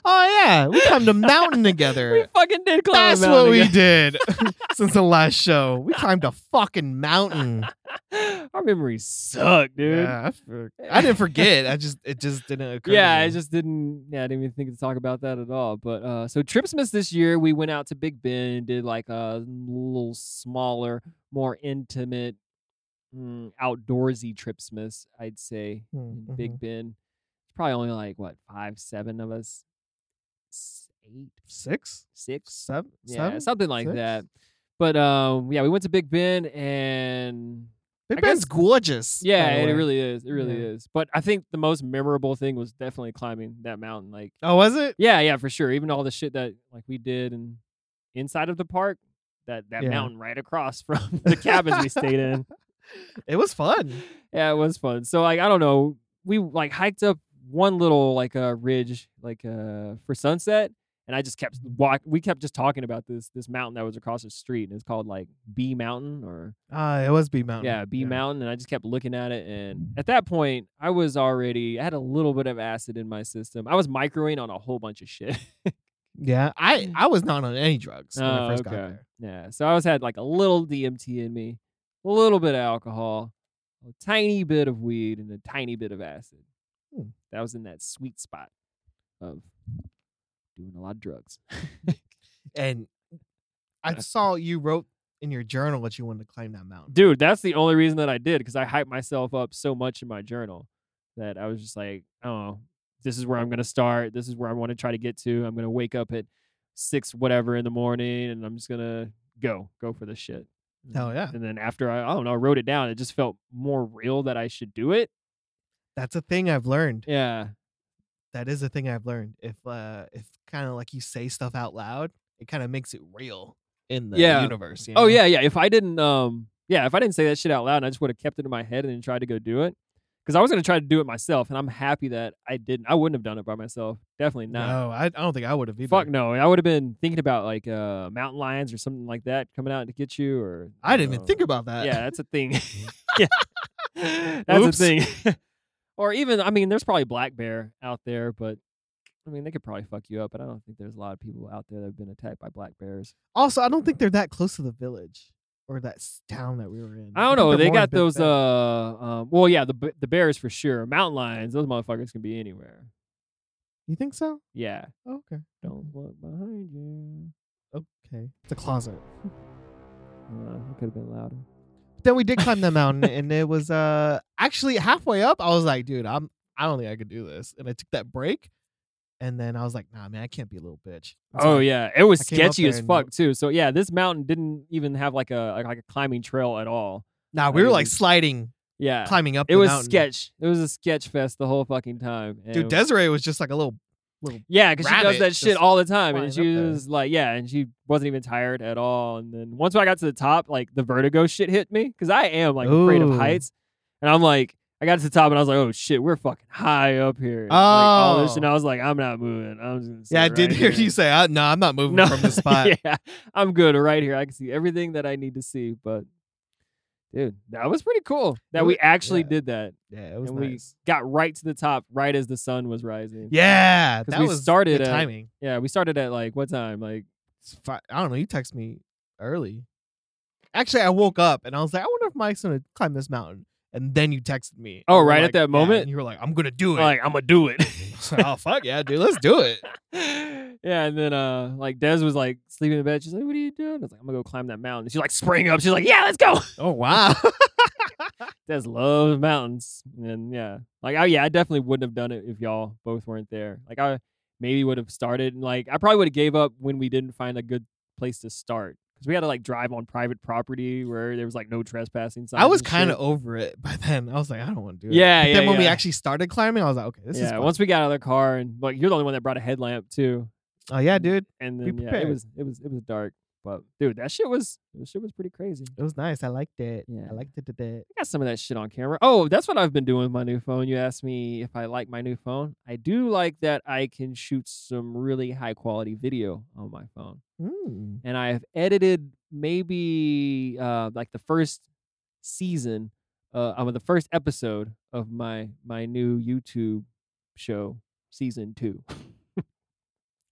B: Oh yeah, we climbed a mountain together.
A: we fucking did climb a
B: That's
A: mountain
B: what we
A: together.
B: did since the last show. We climbed a fucking mountain.
A: Our memories suck, dude.
B: Yeah, I, for- I didn't forget. I just it just didn't occur. to
A: Yeah, I
B: me.
A: just didn't. Yeah, I didn't even think to talk about that at all. But uh, so Tripsmas this year, we went out to Big Ben and did like a little smaller, more intimate, mm, outdoorsy Tripsmas, I'd say.
B: Mm,
A: in Big
B: mhm.
A: Ben, it's probably only like what five, seven of us, S- eight,
B: six,
A: six,
B: seven,
A: yeah,
B: seven?
A: something like
B: Six?
A: that. But um, yeah, we went to Big Ben and
B: Big
A: I
B: Ben's
A: guess-
B: gorgeous. by
A: yeah,
B: the
A: it
B: way.
A: really is. It really
B: Yeah.
A: is. But I think the most memorable thing was definitely climbing that mountain. Like.
B: Oh, was it?
A: Yeah, yeah, for sure. Even all the shit that like we did and inside of the park, that that
B: Yeah.
A: mountain right across from the cabins we stayed in.
B: It was fun.
A: Yeah, it was fun. So like I don't know, we like hiked up one little like a uh, ridge like uh for sunset, and I just kept
B: Mm-hmm.
A: walk. We kept just talking about this this mountain that was across the street, and it's called like B Mountain or
B: Uh, it was B Mountain.
A: yeah B Mountain. And I just kept looking at it, and at that point I was already I had a little bit of acid in my system. I was microing on a whole bunch of shit.
B: Yeah, I I was not on any drugs when I
A: Mm. Oh,
B: first got
A: okay.
B: there.
A: Yeah. So I always had like a little DMT in me, a little bit of alcohol, a tiny bit of weed, and a tiny bit of acid.
B: Hmm.
A: That was in that sweet spot of doing a lot of drugs.
B: And I
A: Uh,
B: saw you wrote in your journal that you wanted to climb that mountain.
A: Dude, that's the only reason that I did because I hyped myself up so much in my journal that I was just like, oh, this is where I'm going to start. This is where I want to try to get to. I'm going to wake up at six, whatever in the morning, and I'm just going to go, go for this shit.
B: Hell yeah.
A: And then after I, I don't know, I wrote it down. It just felt more real that I should do it.
B: That's a thing I've learned.
A: Yeah.
B: that is a thing I've learned. If uh if kind of like you say stuff out loud, it kind of makes it real in the
A: Yeah.
B: universe. you
A: Oh
B: know?
A: yeah, yeah. If I didn't, um, yeah, if I didn't say that shit out loud, and I just would have kept it in my head and then tried to go do it. Because I was gonna try to do it myself, and I'm happy that I didn't. I wouldn't have done it by myself. Definitely not.
B: No, I, I don't think I would have either.
A: Fuck no. I would have been thinking about like uh mountain lions or something like that coming out to get you, or
B: I didn't even
A: know.
B: think about that.
A: Yeah, that's a thing. yeah. That's
B: Oops.
A: a thing. or even, I mean, there's probably black bear out there, but I mean, they could probably fuck you up. But I don't think there's a lot of people out there that have been attacked by black bears.
B: Also, I don't think they're that close to the village or that s- town that we were in.
A: I don't
B: Mm, think
A: know.
B: they're
A: They
B: more in
A: got
B: Big
A: those.
B: Bend.
A: Uh, um, well, yeah, the b- the bears for sure. Mountain lions, those motherfuckers can be anywhere.
B: You think so?
A: Yeah.
B: Oh, okay.
A: Don't look behind you.
B: Okay. It's a closet.
A: Uh, it could have been louder.
B: Then we did climb that mountain, and it was uh actually halfway up. I was like, dude, I'm I don't think I could do this, and I took that break, and then I was like, nah, man, I can't be a little bitch. That's
A: Oh
B: why-
A: yeah, it was
B: I came up
A: sketchy
B: there
A: as
B: and-
A: fuck too. So yeah, this mountain didn't even have like a like a climbing trail at all.
B: nah,
A: I
B: we were like
A: didn't-
B: sliding,
A: Yeah,
B: climbing up.
A: It
B: the
A: was
B: mountain.
A: sketch. It was a sketch fest the whole fucking time. and-
B: Dude, Desiree was just like a little.
A: yeah, because she does
B: Rabbit
A: that shit
B: just
A: all the time, and she
B: flying up there.
A: was like, yeah, and she wasn't even tired at all. And then once I got to the top, like the vertigo shit hit me because I am like afraid of
B: Ooh.
A: heights, and I'm like, I got to the top, and I was like, oh shit, we're fucking high up here. and, like, all this,
B: Oh.
A: and I was like, I'm not moving. I'm just gonna sit
B: Yeah, I
A: right
B: did hear
A: here."
B: you say, I, "No, I'm not moving from the spot."
A: yeah, I'm good right here. I can see everything that I need to see, but dude, that was pretty cool that
B: It
A: we
B: wa-
A: actually
B: yeah.
A: did that.
B: Yeah, it was
A: and we
B: nice.
A: got right to the top right as the sun was rising.
B: yeah,
A: 'Cause
B: that
A: we
B: was
A: started
B: good
A: at-
B: timing.
A: yeah. We started at like what time? Like
B: It's fi- I don't know. You text me early. Actually, I woke up and I was like, I wonder if Mike's gonna climb this mountain. And then you texted me.
A: Oh,
B: And we're
A: right at
B: like,
A: that
B: yeah,
A: moment?
B: and you were like, I'm gonna do it.
A: like I'm gonna do it.
B: I was like, oh fuck yeah, dude, let's do it.
A: yeah, and then uh, like Des was like sleeping in bed. She's like, "What are you doing?" I was like, "I'm gonna go climb that mountain." She's like, spring up. She's like, "Yeah, let's go."
B: Oh wow.
A: Des loves mountains, and yeah, like oh yeah, I definitely wouldn't have done it if y'all both weren't there. Like I maybe would have started, and like I probably would have gave up when we didn't find a good place to start because we had to like drive on private property where there was like no trespassing signs.
B: I was
A: and
B: kind of
A: shit.
B: over it by then. I was like, I don't want to do it.
A: Yeah,
B: But
A: yeah,
B: then when we
A: yeah.
B: actually started climbing, I was like, okay, this is
A: yeah.
B: fun.
A: Once we got out of the car, and like you're the only one that brought a headlamp too.
B: oh yeah,
A: Mm.
B: dude,
A: and
B: Be
A: then yeah, it
B: prepared.
A: was it was it was dark. But dude, that shit was that shit was pretty crazy.
B: it was nice. I liked it.
A: Yeah.
B: I liked it. it, it.
A: I got some of that shit on camera. Oh, that's what I've been doing with my new phone. You asked me if I like my new phone. I do like that I can shoot some really high quality video on my phone,
B: Mm.
A: and I have edited maybe uh, like the first season, uh, I mean the first episode of my my new YouTube show season two.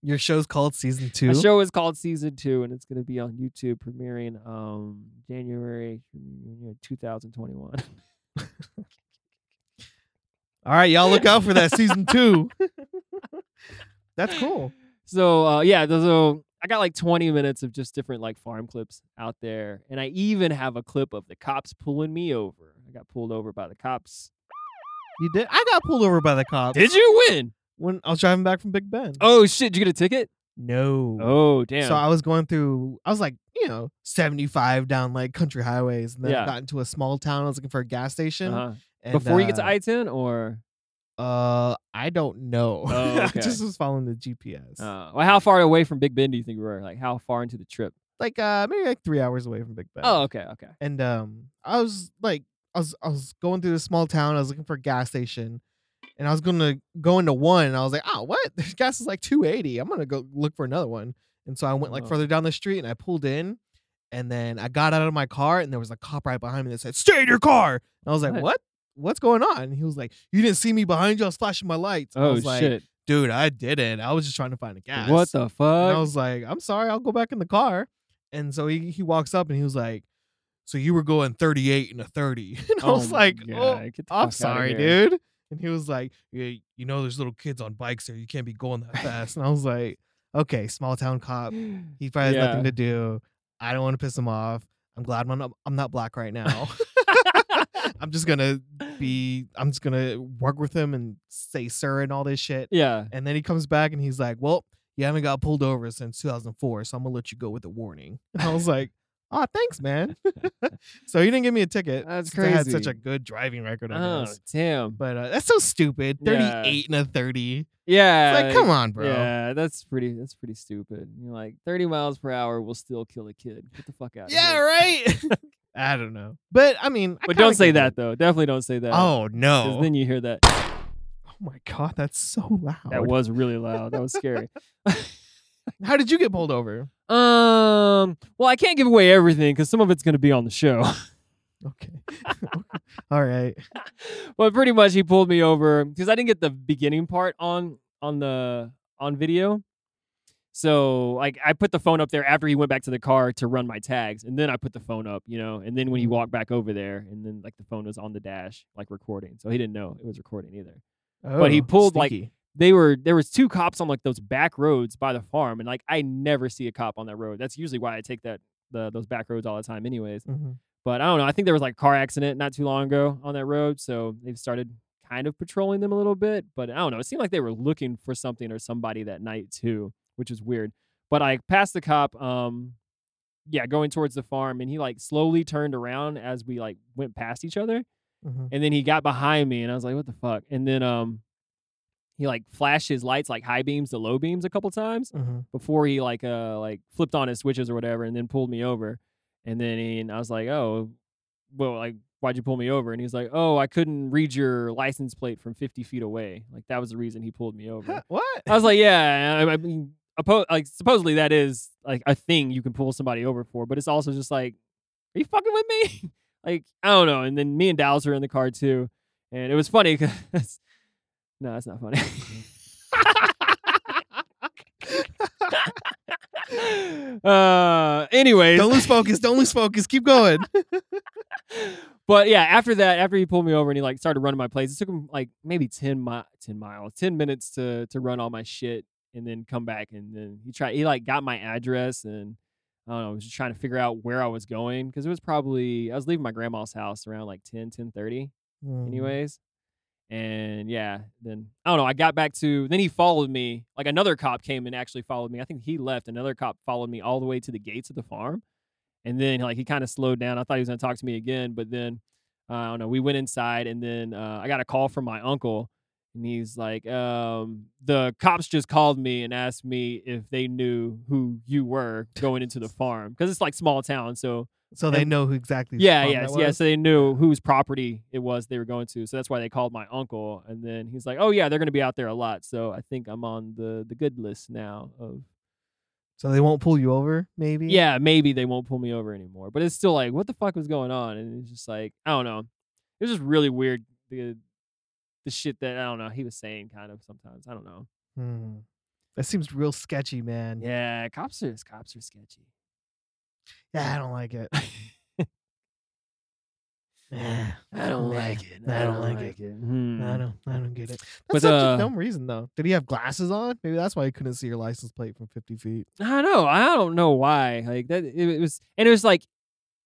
B: Your show's called season two.
A: The show is called Season Two, and it's going to be on YouTube, premiering um January two thousand twenty-one.
B: All right, y'all look out for that season two. That's cool.
A: So uh, yeah, th- so I got like twenty minutes of just different like farm clips out there, and I even have a clip of the cops pulling me over. I got pulled over by the cops.
B: You did. I got pulled over by the cops.
A: Did you win?
B: When I was driving back from Big Bend.
A: Oh shit! Did you get a ticket?
B: no.
A: Oh damn!
B: So I was going through. I was like, you know, seventy-five down like country highways, and then
A: Yeah.
B: I got into a small town. I was looking for a gas station.
A: Uh-huh.
B: and,
A: Before you get to
B: uh,
A: I ten or
B: Uh, I don't know.
A: Oh, okay.
B: I just was following the GPS.
A: uh, well, how far away from Big Bend do you think we were? Like how far into the trip?
B: like uh, maybe like three hours away from Big Bend.
A: Oh okay, okay.
B: and um, I was like, I was I was going through this small town. I was looking for a gas station, and I was gonna go into one. And I was like, oh, what? This gas is like two eighty. I'm gonna go look for another one. And so I went like
A: Oh.
B: further down the street, and I pulled in. And then I got out of my car, and there was a cop right behind me that said, "Stay in your car." And I was like,
A: What?
B: "What? What's going on?" And he was like, "You didn't see me behind you. I was flashing my lights." I
A: Oh
B: was like,
A: shit!
B: dude, I did it. I was just trying to find a gas.
A: What the
B: And I
A: fuck?
B: was like, I'm sorry, I'll go back in the car. And so he, he walks up and he was like, So you were going 38 and a 30. And I
A: Oh
B: was
A: my God,
B: like, "Oh,
A: get the fuck
B: I'm
A: outta
B: sorry,
A: here."
B: dude. And he was like, yeah, You know, there's little kids on bikes there. You can't be going that fast. and I was like, Okay, small town cop. He probably has
A: Yeah.
B: nothing to do. I don't want to piss him off. I'm glad I'm not, I'm not black right now. I'm just going to be, I'm just going to work with him and say sir and all this shit.
A: yeah.
B: And then he comes back and he's like, Well, you haven't got pulled over since 2004, so I'm going to let you go with a warning. And I was like, Oh, thanks, man. so he didn't give me a ticket.
A: That's
B: since I had such
A: crazy.
B: a good driving record, I
A: Oh
B: guess.
A: damn.
B: But uh, that's so stupid.
A: Yeah.
B: 38 and a 30.
A: Yeah.
B: It's like, come on, bro.
A: Yeah, that's pretty. That's pretty stupid. You're like 30 miles per hour will still kill a kid. Get the fuck out.
B: Yeah,
A: Here.
B: right. I don't know. But I mean, I
A: But
B: kinda
A: don't say
B: get
A: that
B: it.
A: though. Definitely don't say that. 'cause
B: Oh, no.
A: Then you hear that.
B: oh, my God. That's so loud.
A: That was really loud. That was scary.
B: How did you get pulled over?
A: um. Well, I can't give away everything because some of it's going to be on the show.
B: Okay. All right.
A: but pretty much, he pulled me over because I didn't get the beginning part on on the on video. So like I put the phone up there after he went back to the car to run my tags, and then I put the phone up, you know, and then when he walked back over there, and then like the phone was on the dash, like recording. So he didn't know it was recording either. But he
B: Oh,
A: pulled, like,
B: sneaky.
A: They were there was two cops on like those back roads by the farm, and like I never see a cop on that road. That's usually why I take that the those back roads all the time, anyways.
B: Mhm.
A: But I don't know. I think there was like a car accident not too long ago on that road, so they've started kind of patrolling them a little bit. But I don't know. It seemed like they were looking for something or somebody that night too, which is weird. But I passed the cop. Um, yeah, going towards the farm, and he like slowly turned around as we like went past each other,
B: Mhm.
A: and then he got behind me, and I was like, "What the fuck?" And then um, he like flashed his lights, like high beams to low beams, a couple times
B: Mhm.
A: before he like uh like flipped on his switches or whatever and then pulled me over and then he, and I was like oh well like why'd you pull me over and he's like oh I couldn't read your license plate from 50 feet away like that was the reason he pulled me over
B: Huh, What?
A: I was like yeah I, I mean oppo- like supposedly that is like a thing you can pull somebody over for but it's also just like are you fucking with me like I don't know. And then me and Dallas were in the car too, and it was funny because no, that's not funny. uh, anyways,
B: Don't lose focus. Don't lose focus. Keep going.
A: but yeah, after that, after he pulled me over and he like started running my plates, it took him like maybe ten mi- ten miles, ten minutes to to run all my shit and then come back and then he tried he like got my address and I don't know, was just trying to figure out where I was going because it was probably I was leaving my grandma's house around like 10, 10 Hmm.
B: Mm.
A: anyways. And yeah, then I don't know. I got back to then he followed me. Like another cop came and actually followed me. I think he left. Another cop followed me all the way to the gates of the farm. And then like he kind of slowed down. I thought he was gonna talk to me again, but then uh, I don't know. We went inside, and then uh, I got a call from my uncle, and he's like, um, "The cops just called me and asked me if they knew who you were going into the farm because it's like small town, so
B: So they know who exactly. the
A: yeah,
B: song
A: yes,
B: that
A: yes.
B: was?
A: So they knew whose property it was they were going to, so that's why they called my uncle. And then he's like, "Oh yeah, they're going to be out there a lot, so I think I'm on the the good list now." Of
B: So they won't pull you over, maybe.
A: yeah, maybe they won't pull me over anymore, but it's still like, what the fuck was going on? And it's just like, I don't know. It was just really weird the the shit that I don't know he was saying, kind of sometimes. I don't know.
B: Hmm. That seems real sketchy, man.
A: Yeah, cops are cops are sketchy.
B: Yeah, I don't like it. Yeah,
A: I
B: don't like it. I don't like it.
A: Hmm.
B: I don't, I don't get it.
A: But,
B: That's such
A: uh,
B: a dumb reason though. Did he have glasses on? Maybe that's why he couldn't see your license plate from fifty feet.
A: I know. I don't know why. Like that. It, it was, and it was like,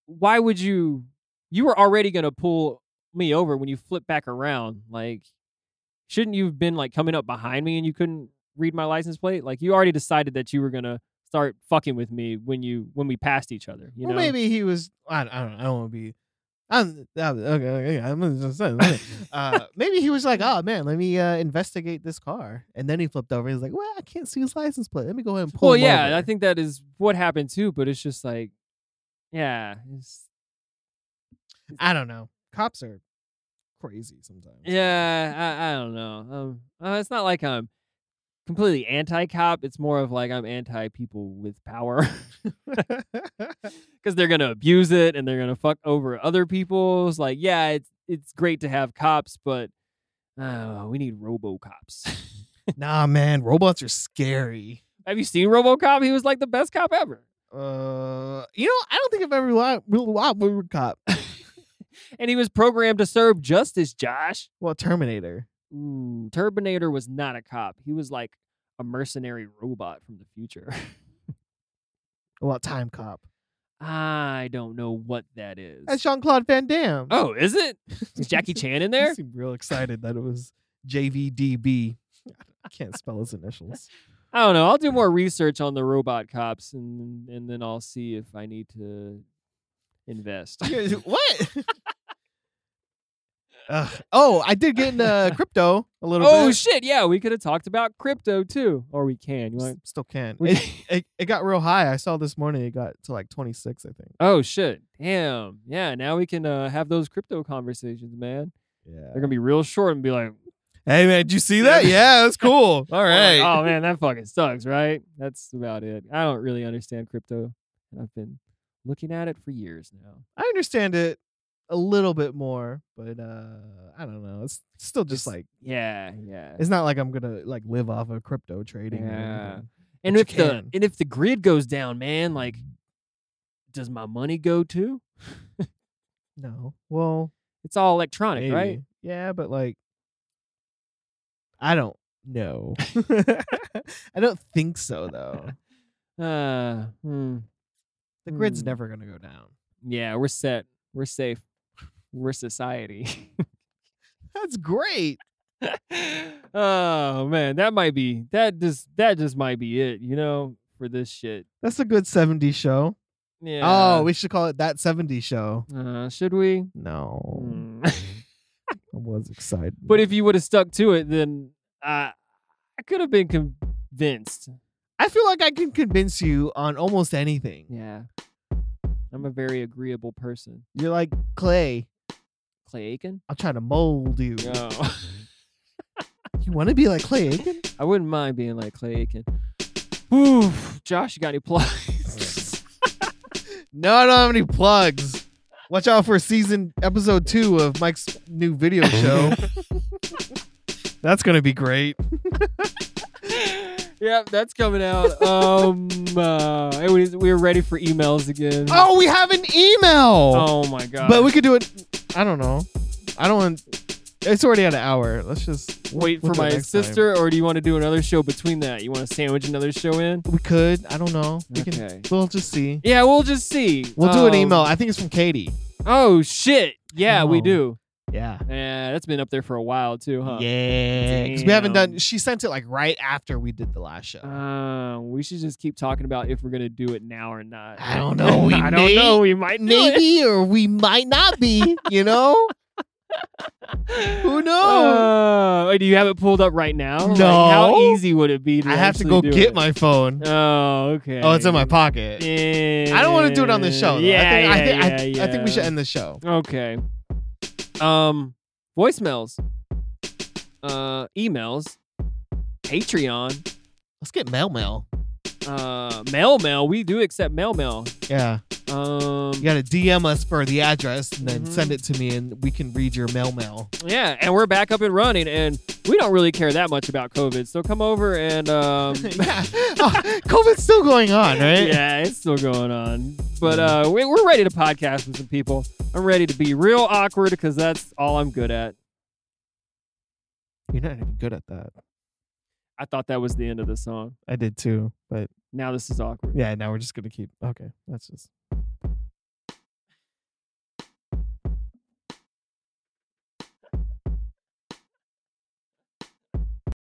A: why would you? You were already gonna pull me over when you flip back around. Like, shouldn't you've been like coming up behind me and you couldn't read my license plate? Like, you already decided that you were gonna start fucking with me when you when we passed each other. You
B: well,
A: know?
B: maybe he was. I, I don't. I don't want to be. I'm uh, okay. okay I'm just saying. okay. Uh, maybe he was like, "Oh man, let me uh, investigate this car," and then he flipped over. He's like, "Well, I can't see his license plate. Let me go ahead and pull."
A: Well,
B: him
A: yeah,
B: over."
A: I think that is what happened too. But it's just like, yeah, it's,
B: I don't know. Cops are crazy sometimes.
A: Yeah, I, I don't know. Um, uh, it's not like I'm completely anti-cop. It's more of like I'm anti people with power because they're gonna abuse it and they're gonna fuck over other people's. Like, yeah, it's it's great to have cops, but uh, we need RoboCops.
B: nah, man, robots are scary.
A: have you seen RoboCop? He was like the best cop ever,
B: Uh, you know, I don't think I've ever li- really watched Robocop. Cop.
A: and he was programmed to serve justice. Josh,
B: Well, Terminator.
A: ooh, Turbinator was not a cop. He was like a mercenary robot from the future.
B: Well, Time Cop.
A: I don't know what that is.
B: That's Jean Claude Van Damme.
A: Oh, is it? Is Jackie Chan in
B: You
A: there?
B: seemed real excited that it was JVDB. I can't spell his initials.
A: I don't know. I'll do more research on the robot cops and and then I'll see if I need to invest.
B: what? oh, I did get into crypto a little
A: oh
B: bit.
A: shit, yeah, we could have talk about crypto too. Or we can. You want
B: S- Still can.
A: we-
B: It, it, it got real high. I saw this morning it got to like 26, I think.
A: Oh shit. Damn. Yeah, now we can uh, have those crypto conversations, man.
B: Yeah.
A: They're gonna be real short and be like,
B: Hey, man, did you see that? Yeah, that's cool. All right.
A: oh man, that fucking sucks, right? That's about it. I don't really understand crypto. and I've been looking at it for years now.
B: I understand it a little bit more, but uh I don't know. It's still just like,
A: Yeah, yeah.
B: it's not like I'm going to like live off of crypto trading. or
A: Yeah.
B: anything.
A: And
B: But you
A: if the
B: can.
A: and if the grid goes down, man, like
B: Mm-hmm.
A: does my money go too?
B: No. Well,
A: It's all electronic, right?
B: Maybe. Yeah, but like, I don't know. I don't think so, though.
A: Uh, hmm.
B: The grid's
A: Hmm.
B: never gonna go down.
A: yeah, we're set. We're safe. We're society.
B: That's great.
A: oh man, that might be that just that just might be it, you know, for this shit.
B: That's a good '70s show.
A: Yeah.
B: Oh, we should call it that '70s show.
A: uh, should we?
B: No,
A: Hmm.
B: I was excited.
A: but if you would have stuck to it, then I I could have been convinced.
B: I feel like I can convince you on almost anything.
A: Yeah. I'm a very agreeable person.
B: You're like clay.
A: Clay Aiken?
B: I'm trying to mold you.
A: No.
B: You want to be like Clay Aiken?
A: I wouldn't mind being like Clay Aiken. Ooh, Josh, you got any plugs?
B: no, I don't have any plugs. Watch out for season episode two of Mike's new video show. That's gonna be great.
A: yep, that's coming out. Um, uh, it was- we were ready for emails again.
B: Oh, we have an email.
A: Oh my god!
B: but we could do it. I don't know. I don't. want It's already at an hour. Let's just
A: wait for
B: we'll do it
A: my
B: next time.
A: sister, or do you want to do another show between that? You want to sandwich another show in?
B: We could. I don't know. We can.
A: Okay.
B: We'll just see.
A: Yeah, we'll just see.
B: We'll do an
A: Um,
B: email. I think it's from Katie.
A: Oh shit! Yeah, we
B: Oh.
A: do.
B: Yeah.
A: Yeah, that's been up there for a while too,
B: Uh,
A: huh?
B: Yeah. Because we haven't
A: Damn.
B: done. She sent it like right after we did the last show.
A: Uh, we should just keep talking about if we're gonna do it now or not.
B: I don't know. We
A: I don't
B: may-
A: know. We might do it.
B: Maybe or we might not be. You know. Who knows?
A: Uh, wait, do you have it pulled up right now? Like,
B: No.
A: how easy would it be? To
B: I have to
A: actually
B: go
A: do
B: get
A: it?
B: my phone.
A: Oh, okay.
B: Oh, it's in my pocket.
A: Yeah.
B: I don't want to do it on the show. Though.
A: Yeah,
B: I think,
A: yeah,
B: I, think,
A: yeah,
B: I, I think we
A: yeah.
B: should end the show.
A: Okay. Um, voicemails, uh, emails, Patreon,
B: Let's get mail mail.
A: uh, mail, mail. We do accept mail, mail.
B: Yeah.
A: Um,
B: You got to DM us for the address and then
A: Mhm.
B: send it to me and we can read your mail mail.
A: yeah, and we're back up and running, and we don't really care that much about COVID. So come over and um,
B: yeah. Oh, COVID's still going on, right?
A: yeah, it's still going on. But uh, we, we're ready to podcast with some people. I'm ready to be real awkward because that's all I'm good at.
B: You're not even good at that.
A: I thought that was the end of the song.
B: I did too. But
A: Now this is awkward.
B: yeah, now we're just going to keep. Okay. Let's just.